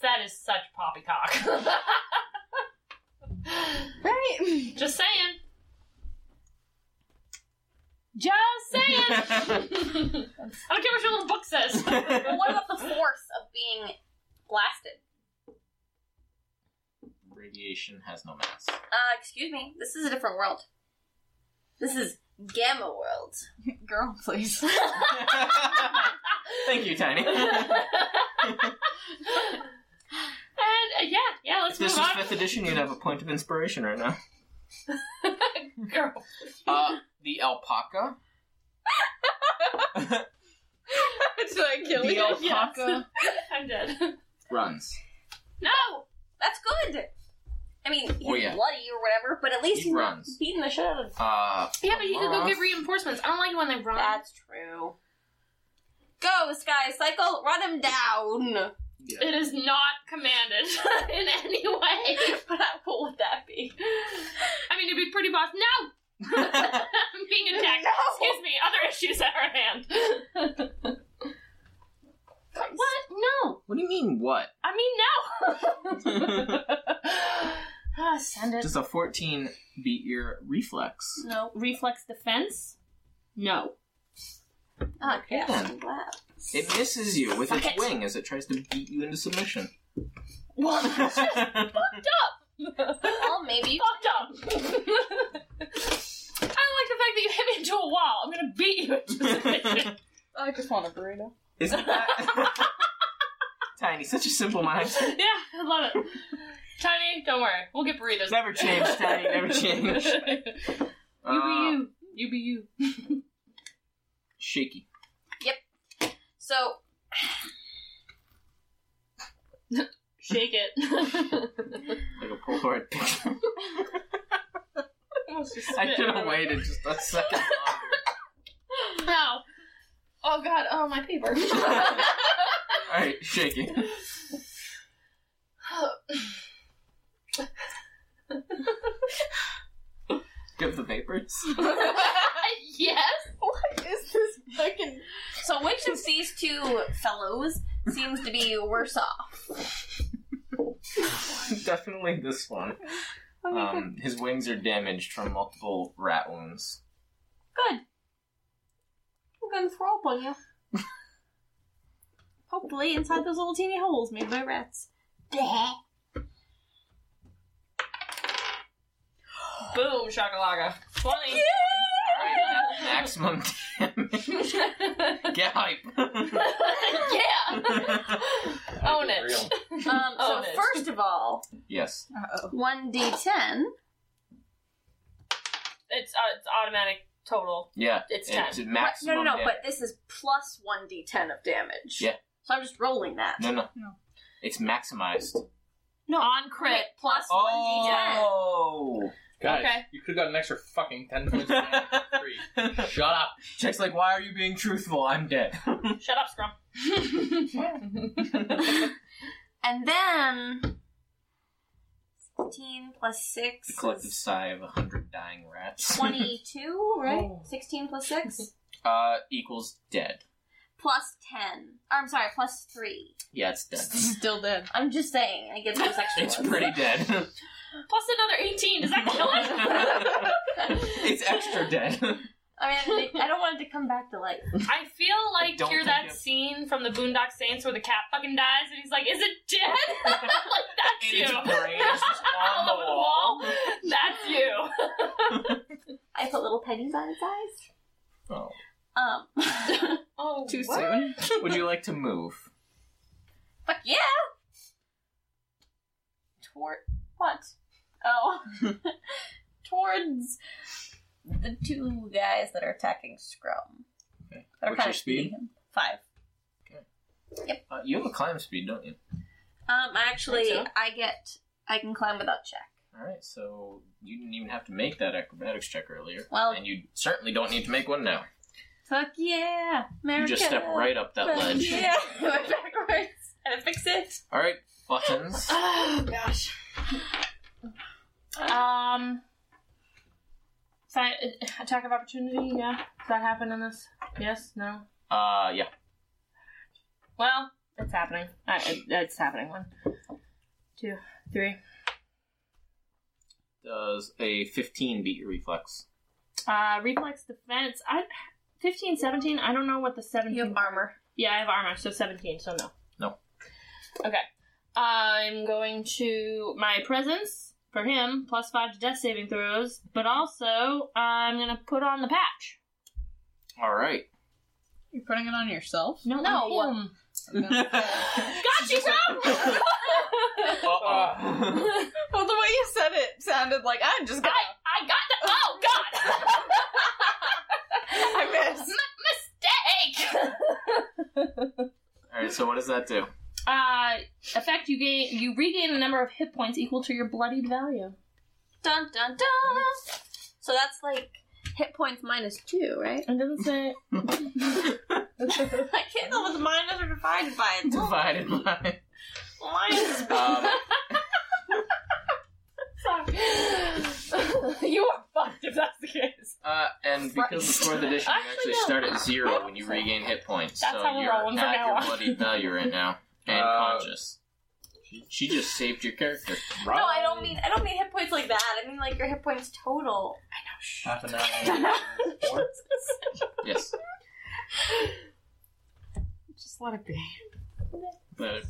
Speaker 2: That is such poppycock.
Speaker 4: Right?
Speaker 2: Just saying. Just saying. I don't care what your little book says.
Speaker 3: But what about the force of being blasted?
Speaker 1: radiation has no mass.
Speaker 3: Uh, excuse me. This is a different world. This is Gamma World.
Speaker 4: Girl, please.
Speaker 1: Thank you, Tiny.
Speaker 2: And uh, yeah, yeah,
Speaker 1: if
Speaker 2: let's
Speaker 1: this
Speaker 2: move
Speaker 1: was
Speaker 2: on.
Speaker 1: fifth edition, you'd have a point of inspiration right now.
Speaker 2: Girl.
Speaker 1: Uh, the alpaca.
Speaker 4: Should I kill
Speaker 1: The
Speaker 4: you?
Speaker 1: alpaca
Speaker 2: I'm dead.
Speaker 1: runs.
Speaker 2: No!
Speaker 3: That's good. I mean, he's
Speaker 1: Oh, yeah.
Speaker 3: bloody or whatever, but at least
Speaker 1: He
Speaker 3: he's not
Speaker 1: runs.
Speaker 3: beating the shit out of.
Speaker 1: Uh,
Speaker 2: Yeah, but you could go get reinforcements. I don't like it when they run.
Speaker 3: That's true. Go, Sky Cycle. Run him down.
Speaker 2: It is not commanded in any way.
Speaker 3: but how cool would that be?
Speaker 2: I mean, it'd be pretty boss. No! I'm being attacked.
Speaker 3: No!
Speaker 2: Excuse me, other issues at our hand. what? No!
Speaker 1: what do you mean? What?
Speaker 2: I mean, no! ah, send it.
Speaker 1: Does a fourteen beat your reflex?
Speaker 2: No. Reflex defense? No.
Speaker 3: Oh,
Speaker 1: yeah.
Speaker 3: Wow.
Speaker 1: It misses you with its
Speaker 2: Fuck it.
Speaker 1: wing as it tries to beat you into submission.
Speaker 2: Well,
Speaker 1: All
Speaker 2: fucked up!
Speaker 3: Well, maybe.
Speaker 2: Fucked up! to a wall. I'm gonna beat you into submission.
Speaker 4: I just want a burrito.
Speaker 1: Isn't that tiny? Such a simple mind.
Speaker 2: yeah, I love it. Tiny, don't worry. We'll get burritos.
Speaker 1: Never change, Tiny. Never change.
Speaker 2: you be
Speaker 1: Uh,
Speaker 2: you. You be you.
Speaker 1: Shaky.
Speaker 3: So
Speaker 2: Shake it.
Speaker 1: Like a Polaroid picture.
Speaker 2: Almost just
Speaker 1: I
Speaker 2: spit
Speaker 1: should have
Speaker 2: everywhere.
Speaker 1: waited just a second longer.
Speaker 2: No. Oh god, oh my paper.
Speaker 1: Alright, shaky. Give the papers.
Speaker 2: yes.
Speaker 4: What is this fucking?
Speaker 3: So which of these two fellows seems to be worse off?
Speaker 1: Definitely this one.
Speaker 3: Oh
Speaker 1: Um, his wings are damaged from multiple rat wounds.
Speaker 3: Good. I'm gonna throw up on you. Hopefully inside those little teeny holes made by rats.
Speaker 2: Boom, shakalaka. 20.
Speaker 1: Alright, maximum damage. Get hype.
Speaker 2: yeah. Own it.
Speaker 3: Um, so
Speaker 2: Oh, it is.
Speaker 3: first of all,
Speaker 1: yes.
Speaker 4: Uh-oh.
Speaker 7: One D10.
Speaker 2: It's, uh, it's automatic total.
Speaker 1: Yeah.
Speaker 2: It's
Speaker 1: It's
Speaker 2: 10.
Speaker 3: no,
Speaker 1: maximum
Speaker 3: no, no,
Speaker 1: damage.
Speaker 3: but this is plus one d10 of damage.
Speaker 1: Yeah.
Speaker 3: So I'm just rolling that.
Speaker 1: No, no.
Speaker 4: No.
Speaker 1: It's maximized.
Speaker 2: No. On crit.
Speaker 3: Plus
Speaker 1: Oh!
Speaker 5: Guys,
Speaker 2: Okay.
Speaker 5: you could have got an extra fucking 10 points. of damage for free. Shut up.
Speaker 1: Jack's like, why are you being truthful? I'm dead.
Speaker 2: Shut up, Scrum.
Speaker 7: And then 16 plus 6
Speaker 1: The collective sigh of a hundred dying rats.
Speaker 7: 22, right? 16 plus 6
Speaker 1: Uh, equals dead.
Speaker 7: plus 10. Or, I'm sorry, plus 3.
Speaker 1: Yeah, it's dead.
Speaker 4: Still dead.
Speaker 7: I'm just saying, I get those extra
Speaker 1: It's
Speaker 7: ones.
Speaker 1: pretty dead.
Speaker 2: Plus another 18. Does that kill it?
Speaker 1: it's extra dead.
Speaker 7: I mean, I don't want it to come back to life.
Speaker 2: I feel
Speaker 1: I
Speaker 2: like
Speaker 1: don't
Speaker 2: you're
Speaker 1: think
Speaker 2: that
Speaker 1: it-
Speaker 2: scene from the Boondock Saints where the cat fucking dies and he's like, is it dead? like, that's
Speaker 1: And
Speaker 2: you.
Speaker 1: its brain is just on
Speaker 2: All
Speaker 1: the
Speaker 2: over
Speaker 1: wall.
Speaker 2: the wall. That's you.
Speaker 7: I put little pennies on its eyes.
Speaker 1: Oh.
Speaker 7: Um,
Speaker 2: Oh,
Speaker 4: Too
Speaker 2: what?
Speaker 4: soon.
Speaker 1: Would you like to move?
Speaker 3: Fuck yeah! Toward. What? Oh. Towards the two guys that are attacking Scrum.
Speaker 1: Okay.
Speaker 3: That are
Speaker 1: What's
Speaker 3: kinda
Speaker 1: your speed?
Speaker 3: beating him. Five.
Speaker 1: Uh, you have a climb speed, don't you?
Speaker 7: um, actually,
Speaker 2: Think
Speaker 7: I get, I can climb without check.
Speaker 1: Alright, so you didn't even have to make that acrobatics check earlier.
Speaker 7: Well-
Speaker 1: and you certainly don't need to make one now.
Speaker 7: Fuck yeah!
Speaker 1: You
Speaker 7: America.
Speaker 1: just step right up that
Speaker 7: Fuck
Speaker 1: ledge.
Speaker 7: Yeah.
Speaker 3: Went backwards. And fix it.
Speaker 1: Alright, buttons.
Speaker 2: Oh gosh. Um. Side, attack of opportunity. Yeah, does that happen in this? Yes. No.
Speaker 1: Uh, yeah.
Speaker 2: Well, it's happening. I, it, it's happening. One, two, three.
Speaker 1: Does a 15 beat your reflex?
Speaker 2: Uh, reflex defense. I 15, 17. I don't know what the seventeen.
Speaker 3: You have armor.
Speaker 2: Yeah, I have armor, so 17, so no.
Speaker 1: No.
Speaker 2: Okay. I'm going to my presence for him, plus 5 to death saving throws, but also I'm going to put on the patch.
Speaker 1: Alright.
Speaker 4: You're putting it on yourself.
Speaker 2: No,
Speaker 3: No.
Speaker 2: on him. Got you,
Speaker 1: Uh-oh.
Speaker 2: Tom!
Speaker 4: Well, the way you said it sounded like I'm just
Speaker 2: I, I got the. Oh, God!
Speaker 4: I
Speaker 2: M- mistake!
Speaker 1: All right, so what does that do?
Speaker 2: Uh, effect you gain, you regain the number of hit points equal to your bloodied value.
Speaker 7: Dun dun dun. So that's like hit points minus two, right?
Speaker 2: It doesn't say.
Speaker 3: I can't tell what the minus are divided by. It's
Speaker 1: Divided by.
Speaker 3: minus.
Speaker 1: Um,
Speaker 2: you are fucked if that's the case.
Speaker 1: uh, and because it's fourth edition, you
Speaker 2: Actually,
Speaker 1: actually
Speaker 2: no.
Speaker 1: start at zero when you regain hit points.
Speaker 2: That's
Speaker 1: so
Speaker 2: how we're
Speaker 1: you're
Speaker 2: rolling from
Speaker 1: at
Speaker 2: now
Speaker 1: your
Speaker 2: on.
Speaker 1: bloody value right now and
Speaker 5: Uh,
Speaker 1: conscious. She just saved your character.
Speaker 7: No, I don't mean I don't mean hit points like that. I mean like your hit points total.
Speaker 5: Half an hour. Four?
Speaker 1: Yes.
Speaker 7: Just let it be.
Speaker 1: But-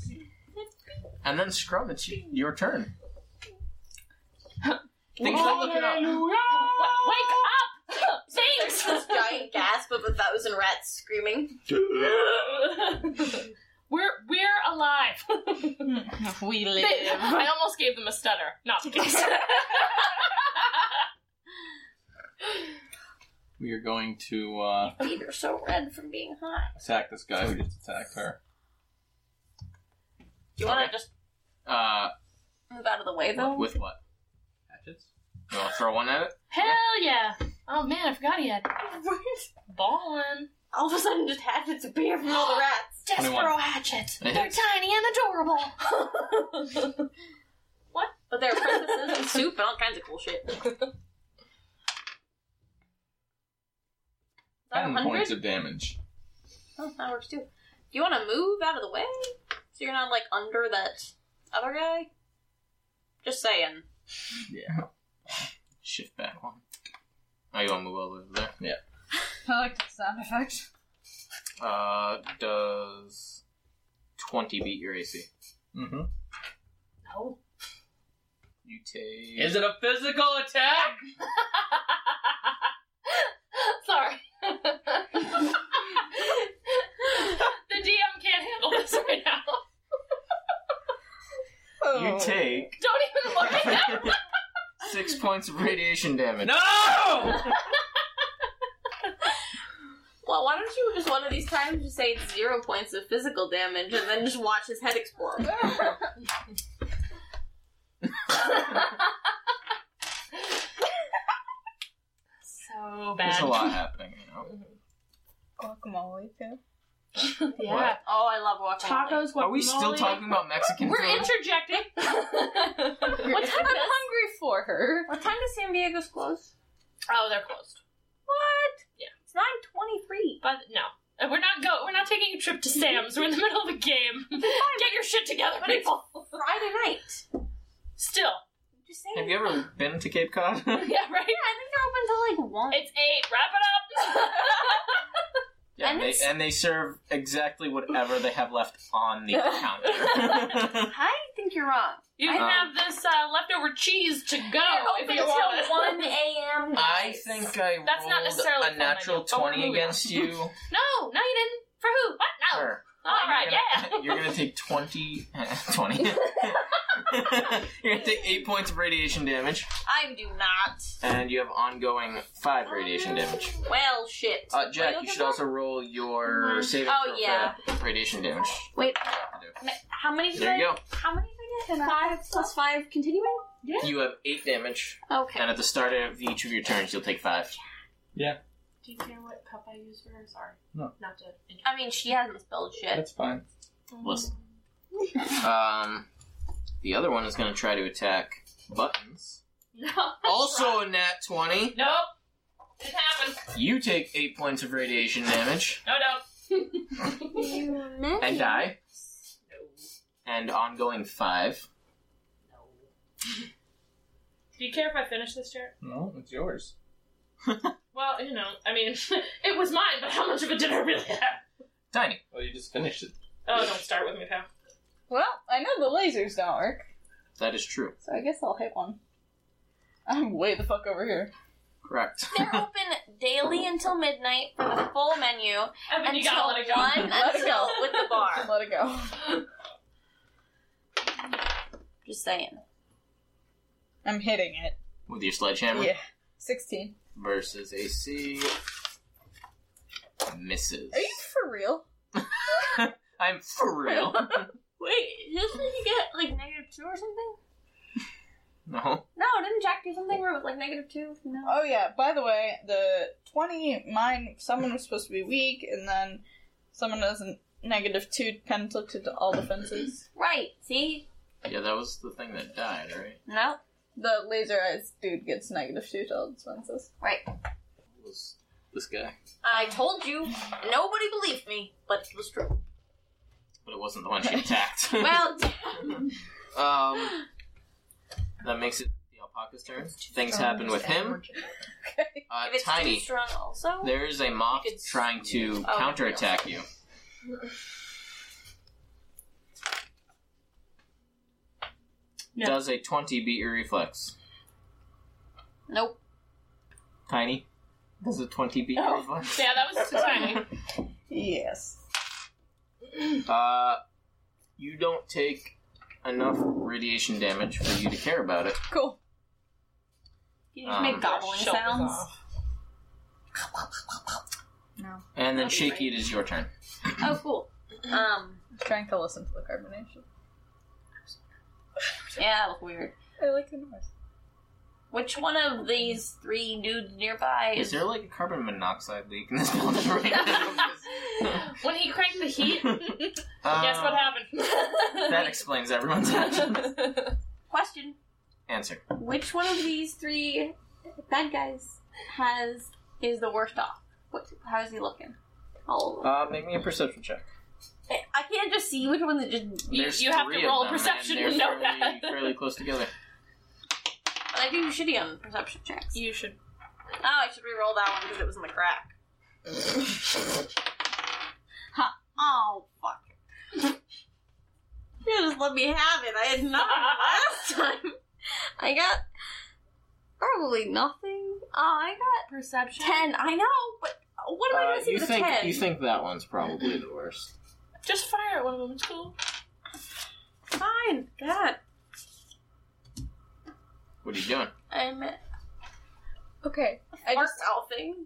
Speaker 1: and then Scrum, it's y- your turn. Things don't look it up.
Speaker 2: Wa- Wake up! Things!
Speaker 3: this giant gasp of a thousand rats screaming.
Speaker 2: we're we're alive.
Speaker 4: we live.
Speaker 2: I almost gave them a stutter. Not the case.
Speaker 5: We are going to uh,
Speaker 7: Feet are so red from being hot.
Speaker 5: attack this guy who just attacked her.
Speaker 3: Do you want to
Speaker 1: Okay.
Speaker 3: just
Speaker 1: Uh,
Speaker 3: move out of the way though?
Speaker 1: with what?
Speaker 5: Hatchets?
Speaker 1: You want to throw one at it?
Speaker 2: Hell yeah! Oh man, I forgot he had ballin'.
Speaker 3: All of a sudden, just hatchets appear from all the rats.
Speaker 2: Despero
Speaker 1: 21.
Speaker 2: hatchet.
Speaker 1: It
Speaker 2: They're
Speaker 1: hits.
Speaker 2: tiny and adorable.
Speaker 3: But there are princesses and soup and all kinds of cool shit. Is that
Speaker 5: Ten
Speaker 3: 100?
Speaker 5: points of damage.
Speaker 3: Oh, that works too. Do you want to move out of the way? So you're not like under that other guy? Just saying.
Speaker 5: Yeah.
Speaker 1: Shift back one. Oh, you want to move all the way over there?
Speaker 4: I like the sound effect.
Speaker 1: Uh, does 20 beat your AC?
Speaker 5: Mm-hmm.
Speaker 2: No.
Speaker 1: You take.
Speaker 5: Is it a physical attack?
Speaker 2: Sorry. the DM can't handle this right now.
Speaker 4: Oh.
Speaker 1: You take
Speaker 2: Don't even look at him.
Speaker 1: six points of radiation damage.
Speaker 5: No!
Speaker 3: Well, why don't you just one of these times just say it's zero points of physical damage and then just watch his head explode?
Speaker 2: So
Speaker 1: There's
Speaker 2: bad.
Speaker 1: a lot happening, you know.
Speaker 4: Guacamole too.
Speaker 2: Yeah.
Speaker 1: What?
Speaker 3: Oh, I love watching
Speaker 2: Tacos.
Speaker 1: Are we still
Speaker 2: guacamole.
Speaker 1: talking about Mexican
Speaker 2: We're
Speaker 1: food?
Speaker 2: interjecting.
Speaker 3: What time,
Speaker 4: I'm hungry for her.
Speaker 3: what time does San Diego's close?
Speaker 2: oh, they're closed.
Speaker 3: What?
Speaker 2: Yeah.
Speaker 3: It's 9.23.
Speaker 2: But no, And we're not go. We're not taking a trip to Sam's. We're in the middle of a game. Get your shit together,
Speaker 3: But it's
Speaker 2: people.
Speaker 3: Friday night.
Speaker 2: Still.
Speaker 3: Just saying.
Speaker 1: Have you ever been to Cape Cod?
Speaker 2: Yeah. Right.
Speaker 3: Yeah, I think they're open till like 1.
Speaker 2: It's eight. Wrap it up.
Speaker 1: yeah,
Speaker 3: And
Speaker 1: and they,
Speaker 3: it's-
Speaker 1: and they serve exactly whatever they have left on the counter.
Speaker 3: I think you're wrong.
Speaker 2: You can
Speaker 1: Um,
Speaker 2: have this uh, leftover cheese to go Oh, if
Speaker 3: open
Speaker 2: you want it.
Speaker 3: till 1 a.m.
Speaker 1: I think I
Speaker 2: That's
Speaker 1: rolled
Speaker 2: not necessarily
Speaker 1: a
Speaker 2: fun, I
Speaker 1: natural
Speaker 2: know. Oh, we're
Speaker 1: 20
Speaker 2: moving on.
Speaker 1: against you.
Speaker 2: No, no, you didn't. For who? What? No.
Speaker 1: Sure.
Speaker 2: All right,
Speaker 1: You're
Speaker 2: yeah.
Speaker 1: gonna- You're gonna take 20. 20. you're gonna take 8 points of radiation damage,
Speaker 3: I do not.
Speaker 1: and you have ongoing 5 radiation damage.
Speaker 3: Well, shit.
Speaker 4: Oh,
Speaker 1: Uh, Jack,
Speaker 3: Wait,
Speaker 1: you should also roll your saving
Speaker 3: Oh,
Speaker 1: throw for
Speaker 3: yeah.
Speaker 1: radiation damage.
Speaker 7: Wait.
Speaker 3: How many did
Speaker 1: There
Speaker 3: I
Speaker 1: you
Speaker 3: How many did I get? Five plus five continuing?
Speaker 1: go. You have 8 damage,
Speaker 7: Okay.
Speaker 1: and at the start of each of your turns, you'll take 5.
Speaker 2: Do you care what cup I use for her? Sorry.
Speaker 5: No.
Speaker 2: Not to.
Speaker 3: I mean, she hasn't spelled shit.
Speaker 5: That's fine.
Speaker 3: Mm-hmm.
Speaker 1: Listen. Um, the other one is gonna try to attack Buttons.
Speaker 2: No.
Speaker 1: Also a nat 20.
Speaker 2: Nope. It happened.
Speaker 1: You take 8 points of radiation damage
Speaker 2: No, no.
Speaker 1: and die.
Speaker 2: No.
Speaker 1: and ongoing five.
Speaker 2: Do you care if I finish this, Jared?
Speaker 5: No, it's yours.
Speaker 2: Well, you know, I mean, it was mine, but how much of it did I really have?
Speaker 1: Tiny.
Speaker 5: Well, you just finished it.
Speaker 2: Oh, don't start with me, pal.
Speaker 4: Well, I know the lasers don't work,
Speaker 1: That is true.
Speaker 4: so I guess I'll hit one. I'm way the fuck over here.
Speaker 1: Correct.
Speaker 3: They're open daily until midnight for the full menu
Speaker 2: Evan, you
Speaker 3: until
Speaker 2: gotta let it go.
Speaker 3: one
Speaker 4: Let it
Speaker 3: until
Speaker 4: go.
Speaker 3: with the bar.
Speaker 4: Let it go.
Speaker 3: Just saying.
Speaker 4: I'm hitting it.
Speaker 1: With your sledgehammer
Speaker 4: Yeah. 16.
Speaker 1: versus AC misses.
Speaker 4: Are you for real?
Speaker 1: I'm for real.
Speaker 3: Wait, doesn't he get like negative two or something?
Speaker 1: no.
Speaker 3: No, didn't Jack do something where it was like negative two? No.
Speaker 4: Oh, yeah. By the way, the 20, mine, someone was supposed to be weak, and then someone has a negative 2 penalty to all defenses.
Speaker 3: Right. See?
Speaker 1: Yeah, that was the thing that died, right?
Speaker 3: No.
Speaker 4: The laser eyes dude gets negative 2 to all defenses.
Speaker 1: It was this guy.
Speaker 3: I told you. Nobody believed me, but it was true.
Speaker 1: But it wasn't the one she attacked.
Speaker 3: Well,
Speaker 1: um That makes it the alpaca's turn. Things happen with him. Uh,
Speaker 3: if it's too
Speaker 1: Tiny,
Speaker 3: strong, also.
Speaker 1: there is a moth
Speaker 3: You could-
Speaker 1: trying to
Speaker 3: Oh,
Speaker 1: counterattack you.
Speaker 2: No.
Speaker 1: Does a 20 beat your reflex?
Speaker 3: Nope.
Speaker 1: Tiny? Does a 20 beat
Speaker 2: Oh.
Speaker 1: your reflex?
Speaker 2: Yeah, that was too tiny.
Speaker 4: Yes.
Speaker 1: Uh, you don't take enough radiation damage for you to care about it.
Speaker 4: Cool.
Speaker 7: You just
Speaker 1: Um,
Speaker 7: make gobbling
Speaker 2: Shoulders
Speaker 7: sounds.
Speaker 2: off.
Speaker 1: And then,
Speaker 3: That'd be
Speaker 1: Shaky,
Speaker 3: great.
Speaker 1: it is your turn.
Speaker 3: Oh, cool.
Speaker 1: Mm-hmm.
Speaker 3: Um,
Speaker 4: Trying to listen to the carbonation.
Speaker 3: yeah, that looked weird.
Speaker 4: I like the noise.
Speaker 3: Which one of these three dudes nearby
Speaker 1: Is
Speaker 3: is?
Speaker 1: there like a carbon monoxide leak in this building Uh, right now?
Speaker 2: When he cranked the heat,
Speaker 1: Uh,
Speaker 2: guess what
Speaker 1: That
Speaker 2: happened?
Speaker 1: explains everyone's action.
Speaker 7: Question:
Speaker 1: Answer.
Speaker 7: Which one of these three bad guys has is the worst off? What? How is he looking? Oh,
Speaker 1: Uh, make me a perception check.
Speaker 7: I can't just see which one that just.
Speaker 2: You-
Speaker 1: Uh, There's
Speaker 2: you have to
Speaker 1: three of
Speaker 2: roll
Speaker 1: them, and
Speaker 2: perception to
Speaker 1: they're
Speaker 2: know
Speaker 1: fairly-
Speaker 2: that.
Speaker 1: fairly close together.
Speaker 3: I do shitty on perception checks.
Speaker 2: you should.
Speaker 3: Oh, I should re-roll that one because it was in the crack.
Speaker 7: Oh fuck!
Speaker 3: You just let me have it. I had nothing last time.
Speaker 7: I got probably nothing. Oh, I got
Speaker 2: Perception.
Speaker 7: ten. I know, but what am I
Speaker 1: Uh,
Speaker 7: gonna see
Speaker 1: you
Speaker 7: with
Speaker 1: think
Speaker 7: a ten?
Speaker 1: you think that one's probably the worst.
Speaker 2: Just fire at one of them. It's cool.
Speaker 3: Fine. God.
Speaker 1: What are you doing?
Speaker 7: I'm
Speaker 4: Okay. I
Speaker 3: Fart
Speaker 4: just
Speaker 3: mouthing.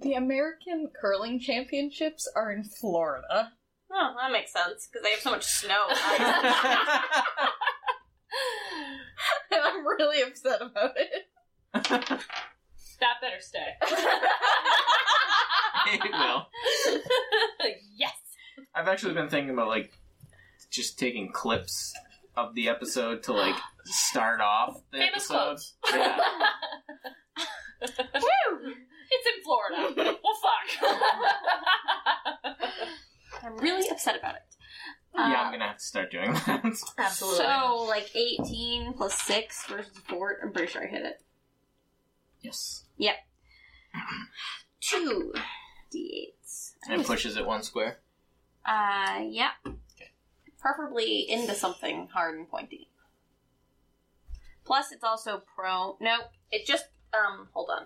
Speaker 4: the American curling championships are in Florida.
Speaker 3: Oh, that makes sense because they have so much snow.
Speaker 4: And I'm really upset about it.
Speaker 2: That better stay.
Speaker 1: it will.
Speaker 2: yes.
Speaker 1: I've actually been thinking about like just taking clips of the episode to like start off the
Speaker 2: Famous
Speaker 1: episode.
Speaker 2: quotes.
Speaker 1: Yeah.
Speaker 2: Woo! It's in Florida. well, fuck.
Speaker 7: I'm really upset about it.
Speaker 1: yeah,
Speaker 7: Uh,
Speaker 1: I'm gonna have to start doing that.
Speaker 2: Absolutely.
Speaker 7: So, like 18 plus 6 versus 4. I'm pretty sure I hit it.
Speaker 1: yes.
Speaker 7: 2 d8s.
Speaker 1: And it pushes it one square.
Speaker 7: Uh, yeah. Preferably into something hard and pointy.
Speaker 3: Plus, it's also pro. Nope. It just um. Hold on.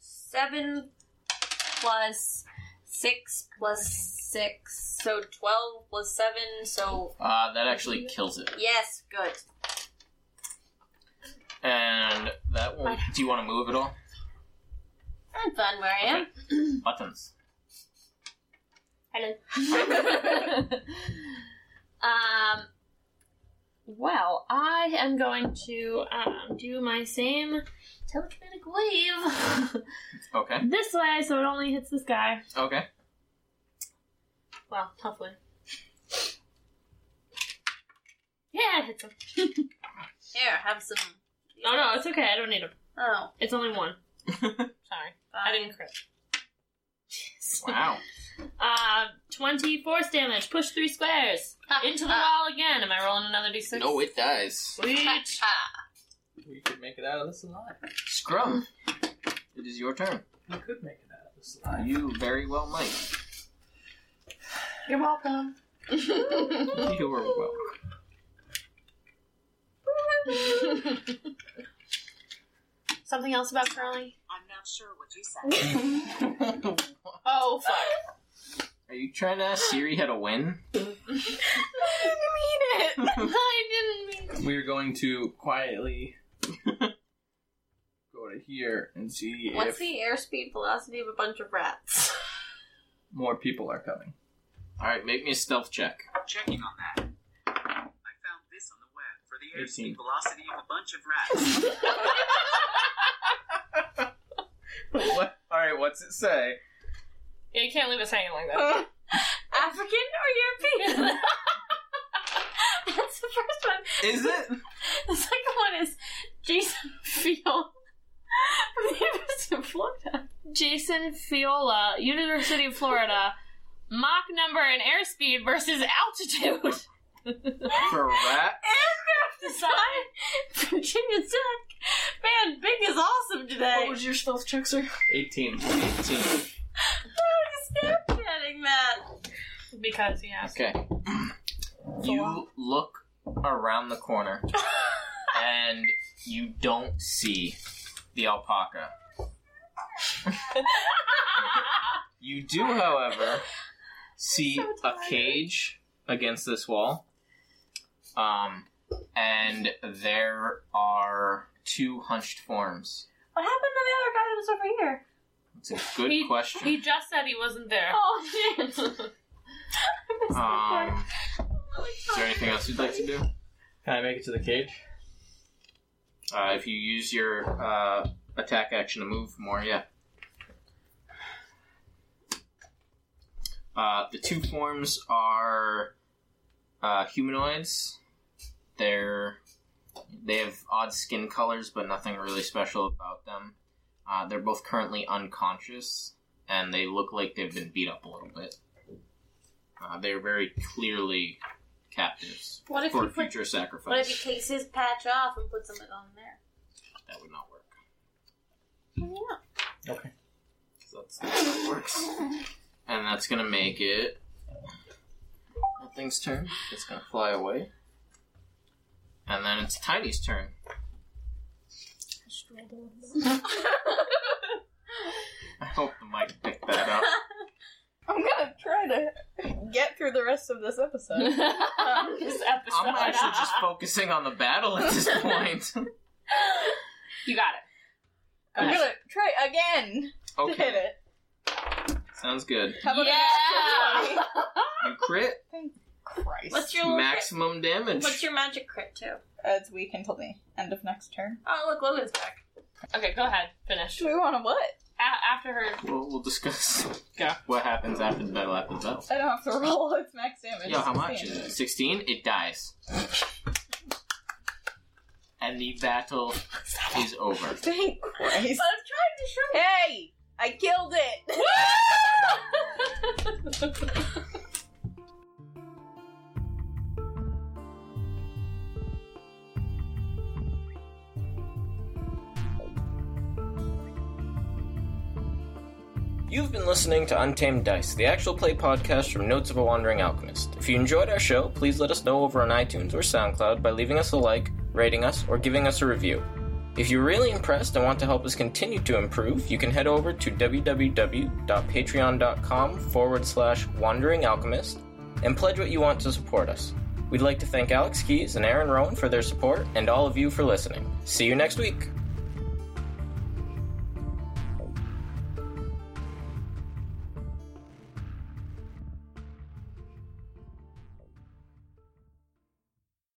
Speaker 3: Seven plus six plus six, so twelve plus seven. So
Speaker 1: Uh, that actually kills it.
Speaker 3: yes, good.
Speaker 1: And that will. Do you want to move at all?
Speaker 3: I'm fun where I am.
Speaker 1: Buttons.
Speaker 2: um, well, I am going to um, do my same telekinetic wave
Speaker 1: Okay.
Speaker 2: this way, so it only hits this guy.
Speaker 1: Okay.
Speaker 2: Well, hopefully. Yeah, it hits him.
Speaker 3: Here, have some.
Speaker 2: No, no, it's okay. I don't need him.
Speaker 3: Oh,
Speaker 2: It's only one. Sorry, I
Speaker 3: fine.
Speaker 2: didn't crit.
Speaker 1: Wow.
Speaker 2: Uh, 20 force damage. Push three squares. Into the wall again. Am I rolling another d6?
Speaker 1: No, it dies.
Speaker 2: Sweet.
Speaker 3: Ah,
Speaker 5: We could make it out of this alive.
Speaker 1: Scrum. It is your turn.
Speaker 5: We could make it out of this alive.
Speaker 1: You very well might.
Speaker 2: You're welcome.
Speaker 1: You were well.
Speaker 2: Something else about Curly?
Speaker 8: I'm not sure what you said.
Speaker 2: Oh, fuck.
Speaker 1: Are you trying to ask Siri how to win?
Speaker 2: I didn't mean
Speaker 5: We're going to quietly go to here and see
Speaker 3: What's
Speaker 5: if
Speaker 3: the airspeed velocity of a bunch of rats?
Speaker 5: more people are coming.
Speaker 1: All right, make me a stealth check.
Speaker 8: Checking on that. I found this on the web for the
Speaker 5: Eighteen.
Speaker 8: airspeed velocity of a bunch of rats.
Speaker 5: what? All right, what's it say?
Speaker 2: Yeah, you can't leave us hanging like that.
Speaker 3: African or European? That's the first one.
Speaker 5: Is it?
Speaker 3: The second one is Jason Field from the University of Florida.
Speaker 2: Jason Fiola, University of Florida. Mach number and airspeed versus altitude.
Speaker 1: For a rat?
Speaker 3: Aircraft design, Virginia Tech. Man, Bing is awesome today.
Speaker 1: your stealth check, sir? 18. 18.
Speaker 3: I was Snapchatting that.
Speaker 2: Because, yeah.
Speaker 1: Okay. You look around the corner and you don't see the alpaca. You do, however, see
Speaker 7: So
Speaker 1: a
Speaker 7: tired.
Speaker 1: cage against this wall. Um, and there are two hunched forms.
Speaker 3: What happened to the other guy that was over here?
Speaker 1: It's a good
Speaker 2: he,
Speaker 1: question.
Speaker 2: He just said he wasn't there.
Speaker 3: Oh, shit.
Speaker 1: um, is there anything else you'd like to do?
Speaker 5: Can I make it to the cage?
Speaker 1: Uh, if you use your uh, attack action to move more, yeah. Uh, the two forms are uh, humanoids. They're they have odd skin colors, but nothing really special about them. Uh, they're both currently unconscious, and they look like they've been beat up a little bit. Uh, they're very clearly captives
Speaker 3: What if
Speaker 1: for
Speaker 3: you put-
Speaker 1: future sacrifice.
Speaker 3: What if he takes his patch off and puts something on there?
Speaker 1: That would not work.
Speaker 3: Oh,
Speaker 5: Okay.
Speaker 1: So that's that's how it works. And that's gonna make it. That thing's turn. It's gonna fly away. And then it's Tiny's turn. I hope the mic picked that up.
Speaker 4: I'm gonna try to get through the rest of this episode. Um,
Speaker 2: this episode.
Speaker 1: I'm actually just focusing on the battle at this point.
Speaker 2: you got it.
Speaker 4: I'm gonna try again to hit
Speaker 1: Okay,
Speaker 4: it.
Speaker 1: sounds good.
Speaker 4: How about a
Speaker 2: Yeah.
Speaker 4: natural 20?
Speaker 1: You crit,
Speaker 4: Christ.
Speaker 3: What's your little
Speaker 1: maximum
Speaker 3: crit-
Speaker 1: damage.
Speaker 3: What's your magic crit too?
Speaker 4: It's weak until the end of next turn.
Speaker 3: Oh, look, Logan's back.
Speaker 2: Okay, go ahead. Finish.
Speaker 4: Do we want to what?
Speaker 2: A- after her.
Speaker 1: We'll, we'll discuss
Speaker 2: Go.
Speaker 1: what happens after the battle. After the battle.
Speaker 4: I don't have to roll its max damage.
Speaker 1: Yo, how
Speaker 4: It's
Speaker 1: much is
Speaker 4: insane.
Speaker 1: it? 16? It dies. And the battle is over.
Speaker 4: Thank Christ.
Speaker 3: But I'm trying to show
Speaker 4: Hey! I killed it!
Speaker 6: You've been listening to Untamed Dice, the actual play podcast from Notes of a Wandering Alchemist. If you enjoyed our show, please let us know over on iTunes or SoundCloud by leaving us a like, rating us, or giving us a review. If you're really impressed and want to help us continue to improve, you can head over to www.patreon.com forward slash wandering alchemist and pledge what you want to support us. We'd like to thank Alex Keys and Aaron Rowan for their support, and all of you for listening. See you next week!